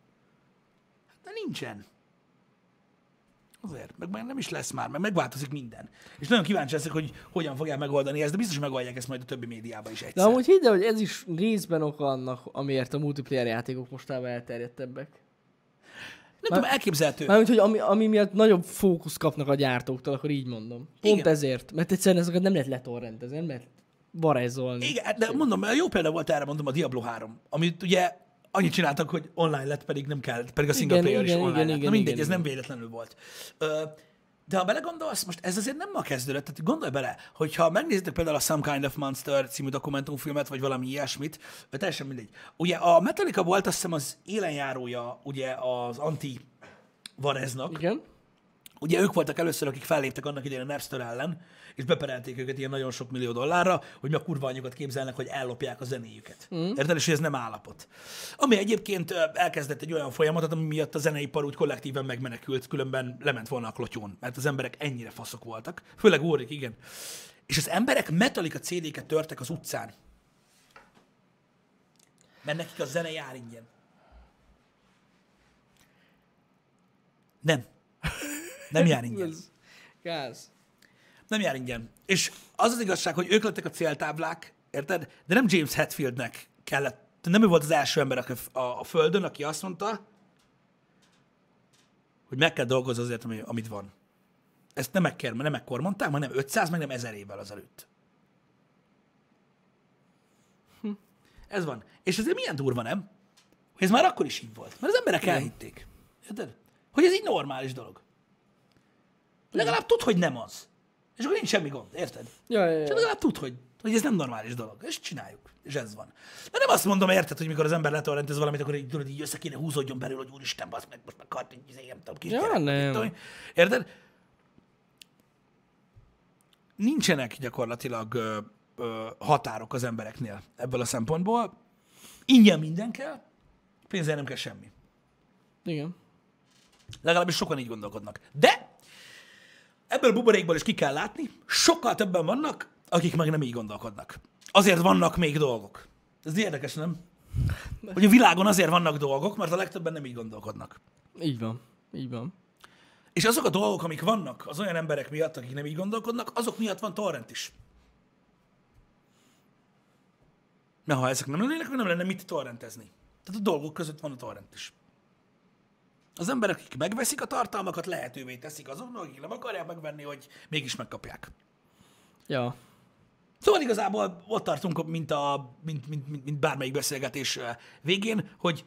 [SPEAKER 1] Hát de nincsen. Azért, meg, meg nem is lesz már, mert megváltozik minden. És nagyon kíváncsi leszek, hogy hogyan fogják megoldani ezt, de biztos, hogy megoldják ezt majd a többi médiában is
[SPEAKER 2] De
[SPEAKER 1] egyszer.
[SPEAKER 2] amúgy hidd el, hogy ez is részben oka annak, amiért a multiplayer játékok mostában elterjedtebbek.
[SPEAKER 1] nem tudom, elképzelhető.
[SPEAKER 2] Mármint, hogy ami, ami miatt nagyobb fókusz kapnak a gyártóktól, akkor így mondom. Pont
[SPEAKER 1] Igen.
[SPEAKER 2] Igen. ezért, mert egyszerűen ezeket nem lehet letorrendezni, nem lehet varázsolni.
[SPEAKER 1] Igen, de mondom, jó példa volt erre, mondom, a Diablo 3, amit ugye annyit csináltak, hogy online lett, pedig nem kellett, pedig a single
[SPEAKER 2] Igen,
[SPEAKER 1] player is
[SPEAKER 2] igen,
[SPEAKER 1] online
[SPEAKER 2] igen,
[SPEAKER 1] lett. Na
[SPEAKER 2] igen,
[SPEAKER 1] mindegy,
[SPEAKER 2] igen,
[SPEAKER 1] ez nem véletlenül volt. Ö, de ha belegondolsz, most ez azért nem ma kezdődött, tehát gondolj bele, hogyha megnézitek például a Some Kind of Monster című dokumentumfilmet, vagy valami ilyesmit, ö, teljesen mindegy. Ugye a Metallica volt azt hiszem az élenjárója ugye az anti Vareznak,
[SPEAKER 2] Igen.
[SPEAKER 1] Ugye ők voltak először, akik felléptek annak idején a Napster ellen, és beperelték őket ilyen nagyon sok millió dollárra, hogy mi a kurva anyjukat képzelnek, hogy ellopják a zenéjüket. Mm. Érted? És hogy ez nem állapot. Ami egyébként ö, elkezdett egy olyan folyamatot, ami miatt a zeneipar úgy kollektíven megmenekült, különben lement volna a klotyón, mert az emberek ennyire faszok voltak. Főleg órik, igen. És az emberek Metallica CD-ket törtek az utcán. Mert nekik a zene jár ingyen. Nem. Nem jár ingyen.
[SPEAKER 2] Ez gáz.
[SPEAKER 1] Nem jár ingyen. És az az igazság, hogy ők lettek a céltáblák, érted? De nem James Hetfieldnek kellett, nem ő volt az első ember aki a, a Földön, aki azt mondta, hogy meg kell dolgozni azért, ami, amit van. Ezt nem, ekkor, nem ekkor mondták, hanem 500, meg nem 1000 évvel azelőtt. Ez van. És ezért milyen durva, nem? Hogy ez már akkor is így volt. Mert az emberek elhitték. Érted? Hogy ez így normális dolog. Legalább tud, hogy nem az. És akkor nincs semmi gond, érted?
[SPEAKER 2] Ja, ja, ja.
[SPEAKER 1] Csak legalább tud, hogy, hogy ez nem normális dolog. És csináljuk. És ez van. De nem azt mondom, érted, hogy mikor az ember letorrentöz valamit, akkor így, tudod, így össze kéne húzódjon belül, hogy úristen, basz meg, most meg kart, így, izé, nem tudom, kis
[SPEAKER 2] Ja,
[SPEAKER 1] gyerek,
[SPEAKER 2] nem.
[SPEAKER 1] mit tudom én. Érted? Nincsenek gyakorlatilag ö, ö, határok az embereknél ebből a szempontból. Ingyen minden kell, pénzzel nem kell semmi.
[SPEAKER 2] Igen.
[SPEAKER 1] Legalábbis sokan így gondolkodnak. De ebből a buborékból is ki kell látni, sokkal többen vannak, akik meg nem így gondolkodnak. Azért vannak még dolgok. Ez érdekes, nem? Hogy a világon azért vannak dolgok, mert a legtöbben nem így gondolkodnak.
[SPEAKER 2] Így van. Így van.
[SPEAKER 1] És azok a dolgok, amik vannak az olyan emberek miatt, akik nem így gondolkodnak, azok miatt van torrent is. Mert ha ezek nem lennének, akkor nem lenne mit torrentezni. Tehát a dolgok között van a torrent is. Az emberek, akik megveszik a tartalmakat, lehetővé teszik azoknak, akik nem akarják megvenni, hogy mégis megkapják.
[SPEAKER 2] Ja.
[SPEAKER 1] Szóval igazából ott tartunk, mint, a, mint, mint, mint, mint bármelyik beszélgetés ö, végén, hogy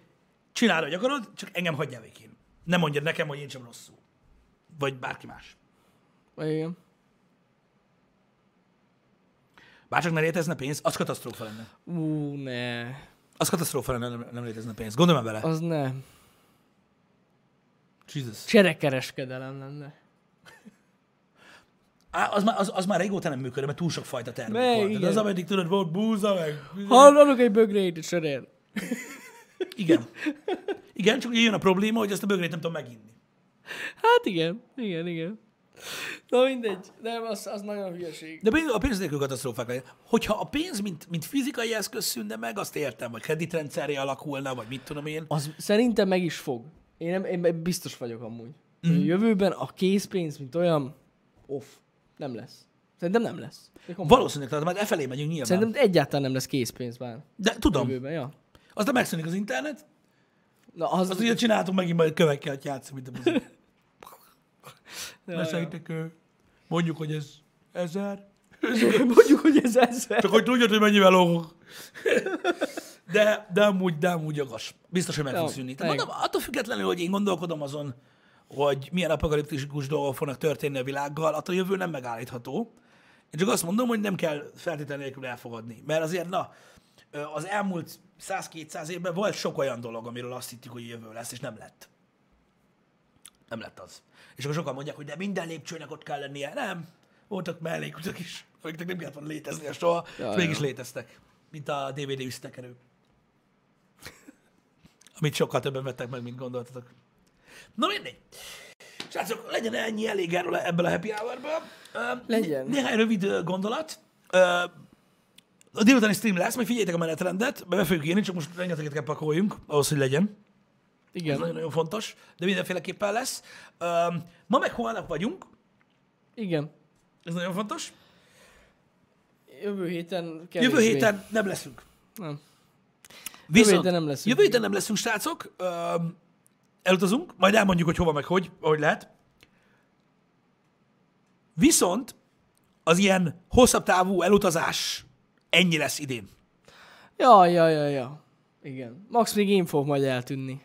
[SPEAKER 1] csináld, hogy akarod, csak engem hagyjál végén. Ne mondjad nekem, hogy én sem rosszul. Vagy bárki más.
[SPEAKER 2] Igen.
[SPEAKER 1] Bárcsak ne létezne pénz, az katasztrófa lenne.
[SPEAKER 2] Ú, ne.
[SPEAKER 1] Az katasztrófa lenne, nem, nem létezne pénz. Gondolom bele.
[SPEAKER 2] Az ne.
[SPEAKER 1] Jesus.
[SPEAKER 2] Cserekereskedelem lenne.
[SPEAKER 1] Á, az, már, az, az már régóta nem működne, mert túl sok fajta termék
[SPEAKER 2] Ne,
[SPEAKER 1] volt. Tehát
[SPEAKER 2] igen.
[SPEAKER 1] Az, ameddig tudod, volt búza, meg...
[SPEAKER 2] Hallanak egy bögrét és cserél.
[SPEAKER 1] Igen. Igen, csak ugye jön a probléma, hogy ezt a bögrét nem tudom meginni.
[SPEAKER 2] Hát igen. Igen, igen. Na mindegy. Nem, az, az nagyon hülyeség.
[SPEAKER 1] De például a pénz nélkül katasztrófák legyen. Hogyha a pénz, mint, mint fizikai eszköz szűnne meg, azt értem, vagy kreditrendszeré alakulna, vagy mit tudom én.
[SPEAKER 2] Az szerintem meg is fog. Én, nem, én biztos vagyok amúgy. Mm.
[SPEAKER 1] Mhm.
[SPEAKER 2] A jövőben a készpénz, mint olyan, off. Nem lesz. Szerintem nem lesz. De komolyan.
[SPEAKER 1] Valószínűleg, tehát már e felé megyünk nyilván. Szerintem...
[SPEAKER 2] Szerintem egyáltalán nem lesz készpénz már.
[SPEAKER 1] De tudom,
[SPEAKER 2] Jövőben, ja.
[SPEAKER 1] aztán megszűnik az internet,
[SPEAKER 2] Na, az,
[SPEAKER 1] azt ugye csináltunk megint majd kövekkel, hogy játszom, mint a buzik.
[SPEAKER 2] ja, ja.
[SPEAKER 1] Lesejtek, ö, mondjuk, hogy ez ezer.
[SPEAKER 2] Mondjuk, hogy ez ezer.
[SPEAKER 1] Csak hogy tudjad, hogy mennyivel lógok. De, de amúgy, de amúgy agas. Biztos, hogy meg
[SPEAKER 2] Ja,
[SPEAKER 1] fog szűnni. Tehát
[SPEAKER 2] meg.
[SPEAKER 1] Mondom, attól függetlenül, hogy én gondolkodom azon, hogy milyen apokaliptikus dolgok fognak történni a világgal, attól a jövő nem megállítható. Én csak azt mondom, hogy nem kell feltétlenül nélkül elfogadni. Mert azért, na, ö, az elmúlt 100-200 évben volt sok olyan dolog, amiről azt hittük, hogy jövő lesz, és nem lett. Nem lett az. És akkor sokan mondják, hogy de minden lépcsőnek ott kell lennie. Nem. Voltak mellékutak is, amiknek nem kellett volna létezni soha, ja,
[SPEAKER 2] Ja,
[SPEAKER 1] és
[SPEAKER 2] ja.
[SPEAKER 1] mégis léteztek. Mint a DVD visszatekerő. Amit sokkal többen vettek meg, mint gondoltatok. Na mindegy. Srácok, legyen ennyi elég erről ebből a happy hour-ből. Öm,
[SPEAKER 2] Legyen.
[SPEAKER 1] né- Néhány rövid ö, gondolat. Ö, a délutáni stream lesz, majd figyeljétek a menetrendet, be be fogjuk írni, csak most rengeteget kell pakoljunk, ahhoz, hogy legyen. Ez
[SPEAKER 2] Igen,
[SPEAKER 1] nagyon-nagyon fontos, de mindenféleképpen lesz. Öm, Ma meg holnap vagyunk,
[SPEAKER 2] igen.
[SPEAKER 1] ez nagyon fontos.
[SPEAKER 2] Jövő héten kell.
[SPEAKER 1] Jövő héten nem leszünk.
[SPEAKER 2] Nem.
[SPEAKER 1] Viszont,
[SPEAKER 2] héten nem leszünk.
[SPEAKER 1] Jövő héten nem leszünk, srácok. Öm, elutazunk, majd elmondjuk, hogy hova meg hogy, ahogy lehet. Viszont az ilyen hosszabb távú elutazás ennyi lesz idén.
[SPEAKER 2] Ja, ja, ja, ja. Igen. Max még én fogok majd eltűnni.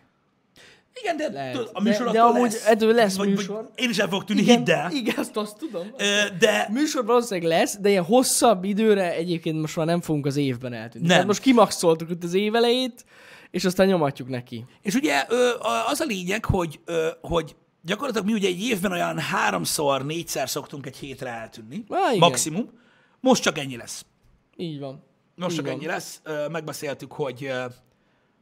[SPEAKER 1] Igen, de
[SPEAKER 2] Lehet.
[SPEAKER 1] tudod, a
[SPEAKER 2] De-
[SPEAKER 1] műsor
[SPEAKER 2] de
[SPEAKER 1] attól
[SPEAKER 2] amúgy
[SPEAKER 1] lesz.
[SPEAKER 2] ettől lesz
[SPEAKER 1] vagy,
[SPEAKER 2] műsor.
[SPEAKER 1] Vagy én is el fogok tűnni, hidd el.
[SPEAKER 2] Igen, azt, azt tudom.
[SPEAKER 1] Ö, De
[SPEAKER 2] Műsor valószínűleg lesz, de ilyen hosszabb időre egyébként most már nem fogunk az évben eltűnni.
[SPEAKER 1] Nem.
[SPEAKER 2] Tehát most kimaxoltuk itt az év elejét, és aztán nyomatjuk neki.
[SPEAKER 1] És ugye ö, a- az a lényeg, hogy, ö, hogy gyakorlatilag mi ugye egy évben olyan háromszor, négyszer szoktunk egy hétre eltűnni.
[SPEAKER 2] Á, igen.
[SPEAKER 1] maximum. Most csak ennyi lesz.
[SPEAKER 2] Így van.
[SPEAKER 1] Most
[SPEAKER 2] Így
[SPEAKER 1] csak
[SPEAKER 2] van.
[SPEAKER 1] ennyi lesz. Ö, Megbeszéltük, hogy, ö,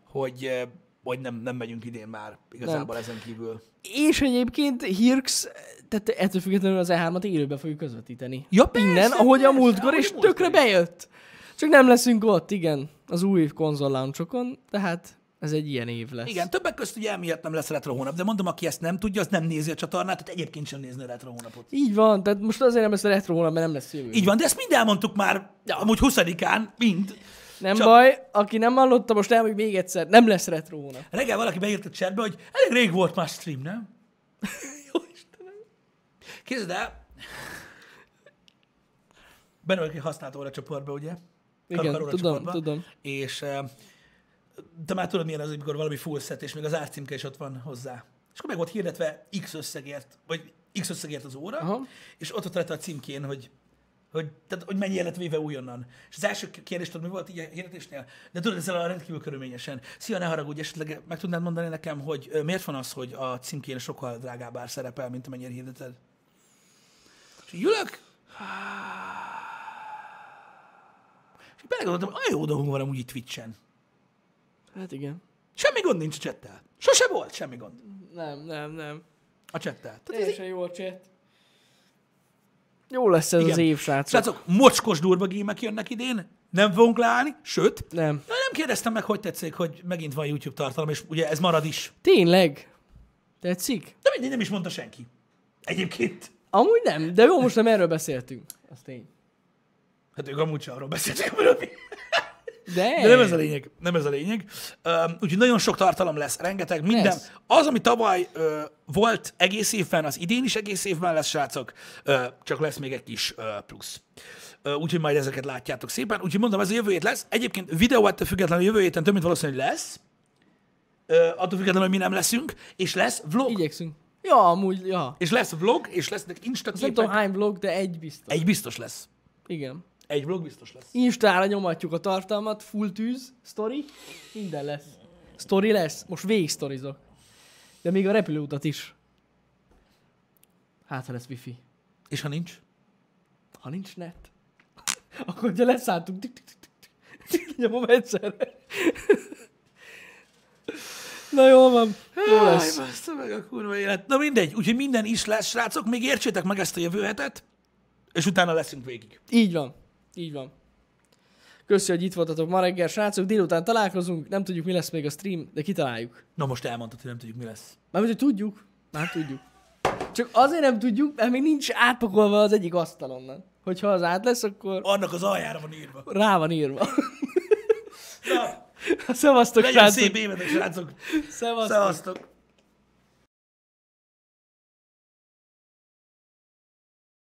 [SPEAKER 1] hogy, ö, hogy nem, nem megyünk idén már igazából nem. ezen kívül.
[SPEAKER 2] És egyébként Hirks, tehát ettől függetlenül az E3-at élőben fogjuk közvetíteni.
[SPEAKER 1] Ja, persze,
[SPEAKER 2] Innen, ahogy a
[SPEAKER 1] persze,
[SPEAKER 2] múltkor,
[SPEAKER 1] ahogy
[SPEAKER 2] és
[SPEAKER 1] a múltkor
[SPEAKER 2] tökre
[SPEAKER 1] is.
[SPEAKER 2] bejött. Csak nem leszünk ott, igen, az új konzol launchokon, tehát ez egy ilyen év lesz.
[SPEAKER 1] Igen, többek között ugye emiatt nem lesz retro hónap, de mondom, aki ezt nem tudja, az nem nézi a csatornát, tehát egyébként sem nézni a retro hónapot.
[SPEAKER 2] Így van, tehát most azért nem lesz retro hónap, mert nem lesz jövő.
[SPEAKER 1] Így van, de ezt mind elmondtuk már, ja. amúgy 20-án, mind.
[SPEAKER 2] nem
[SPEAKER 1] csak-
[SPEAKER 2] baj, aki nem hallotta, most elmondjuk még egyszer, nem lesz retro hónap.
[SPEAKER 1] Reggel valaki beírt a chatbe, hogy elég rég volt már stream, nem?
[SPEAKER 2] Jó Istenem.
[SPEAKER 1] Képzeld el, benne vagyok egy használt óra csoportba, ugye?
[SPEAKER 2] Igen,
[SPEAKER 1] Karokar óra
[SPEAKER 2] tudom,
[SPEAKER 1] csoportba.
[SPEAKER 2] tudom.
[SPEAKER 1] És eh, te már tudod, milyen az, amikor valami full set, és még az árcímke is ott van hozzá. És akkor meg volt hirdetve X összegért, vagy X összegért az óra,
[SPEAKER 2] Aha.
[SPEAKER 1] és ott ott lett a címkén, hogy hogy, tehát, hogy mennyi élet véve újonnan. És az első kérdés, tudod, mi volt így a hirdetésnél? De tudod, ezzel a rendkívül körülményesen. Szia, ne haragudj, esetleg meg tudnád mondani nekem, hogy ö, miért van az, hogy a címkén sokkal drágább ár szerepel, mint amennyire hirdeted? És így ülök, és így belegondoltam, hogy olyan jó dolgunk van amúgy itt Twitch-en.
[SPEAKER 2] Hát igen.
[SPEAKER 1] Semmi gond nincs a csettel. Sose volt semmi gond
[SPEAKER 2] Nem, nem, nem.
[SPEAKER 1] a csettel. Tehát ez
[SPEAKER 2] Teljesen jó a chat. Jó lesz ez
[SPEAKER 1] Igen.
[SPEAKER 2] az év, srácok.
[SPEAKER 1] Srácok, mocskos durva gémek jönnek idén, nem fogunk leállni, sőt, de
[SPEAKER 2] Nem.
[SPEAKER 1] nem kérdeztem meg, hogy tetszik, hogy megint van YouTube tartalom, és ugye ez marad is.
[SPEAKER 2] Tényleg? Tetszik?
[SPEAKER 1] De mindig nem is mondta senki. Egyébként.
[SPEAKER 2] Amúgy nem, de jó, most nem erről beszéltünk. Az tény.
[SPEAKER 1] Hát ők amúgy sem arról beszéltek, amiről mi.
[SPEAKER 2] De,
[SPEAKER 1] De nem ez a lényeg, nem ez a lényeg. Üm, úgyhogy nagyon sok tartalom lesz, rengeteg minden.
[SPEAKER 2] Lesz.
[SPEAKER 1] Az, ami tavaly ö, volt egész évben, az idén is egész évben lesz, srácok, ö, csak lesz még egy kis ö, plusz. Ö, úgyhogy majd ezeket látjátok szépen. Úgyhogy mondom, ez a jövő hét lesz. Egyébként videó ettől függetlenül jövő héten több mint valószínű lesz. Ö, attól függetlenül, hogy mi nem leszünk. És lesz vlog.
[SPEAKER 2] Igyekszünk. Ja, amúgy, ja.
[SPEAKER 1] És lesz vlog, és lesznek Insta
[SPEAKER 2] Azt nem tudom
[SPEAKER 1] képek.
[SPEAKER 2] hány vlog, de egy biztos.
[SPEAKER 1] Egy biztos lesz.
[SPEAKER 2] Igen.
[SPEAKER 1] Egy vlog biztos lesz.
[SPEAKER 2] Instára nyomatjuk a tartalmat, full tűz, story, minden lesz. Story lesz, most végig sztorizok. De még a repülőutat is. Hát, ha lesz wifi.
[SPEAKER 1] És ha nincs?
[SPEAKER 2] Ha nincs net, akkor ugye leszálltunk. Tik, tik, tik, tik, tik. Nyomom egyszerre. Na jól van. Jó
[SPEAKER 1] Jaj,
[SPEAKER 2] lesz.
[SPEAKER 1] bassza meg a kurva élet. Na mindegy, úgyhogy minden is lesz, srácok, még értsétek meg ezt a jövő hetet, és utána leszünk végig.
[SPEAKER 2] Így van. Így van. Köszi, hogy itt voltatok ma reggel, srácok. Délután találkozunk. Nem tudjuk, mi lesz még a stream, de kitaláljuk.
[SPEAKER 1] Na most elmondtad, hogy nem tudjuk, mi lesz.
[SPEAKER 2] Mármint, hogy tudjuk. Már tudjuk. Csak azért nem tudjuk, mert még nincs átpakolva az egyik asztalon. Hogyha az át lesz, akkor
[SPEAKER 1] Annak az aljára van írva.
[SPEAKER 2] rá van írva.
[SPEAKER 1] Na,
[SPEAKER 2] Szevasztok,
[SPEAKER 1] legyen
[SPEAKER 2] srácok.
[SPEAKER 1] szép évetek, srácok.
[SPEAKER 2] Szevasztok.
[SPEAKER 1] Szevasztok.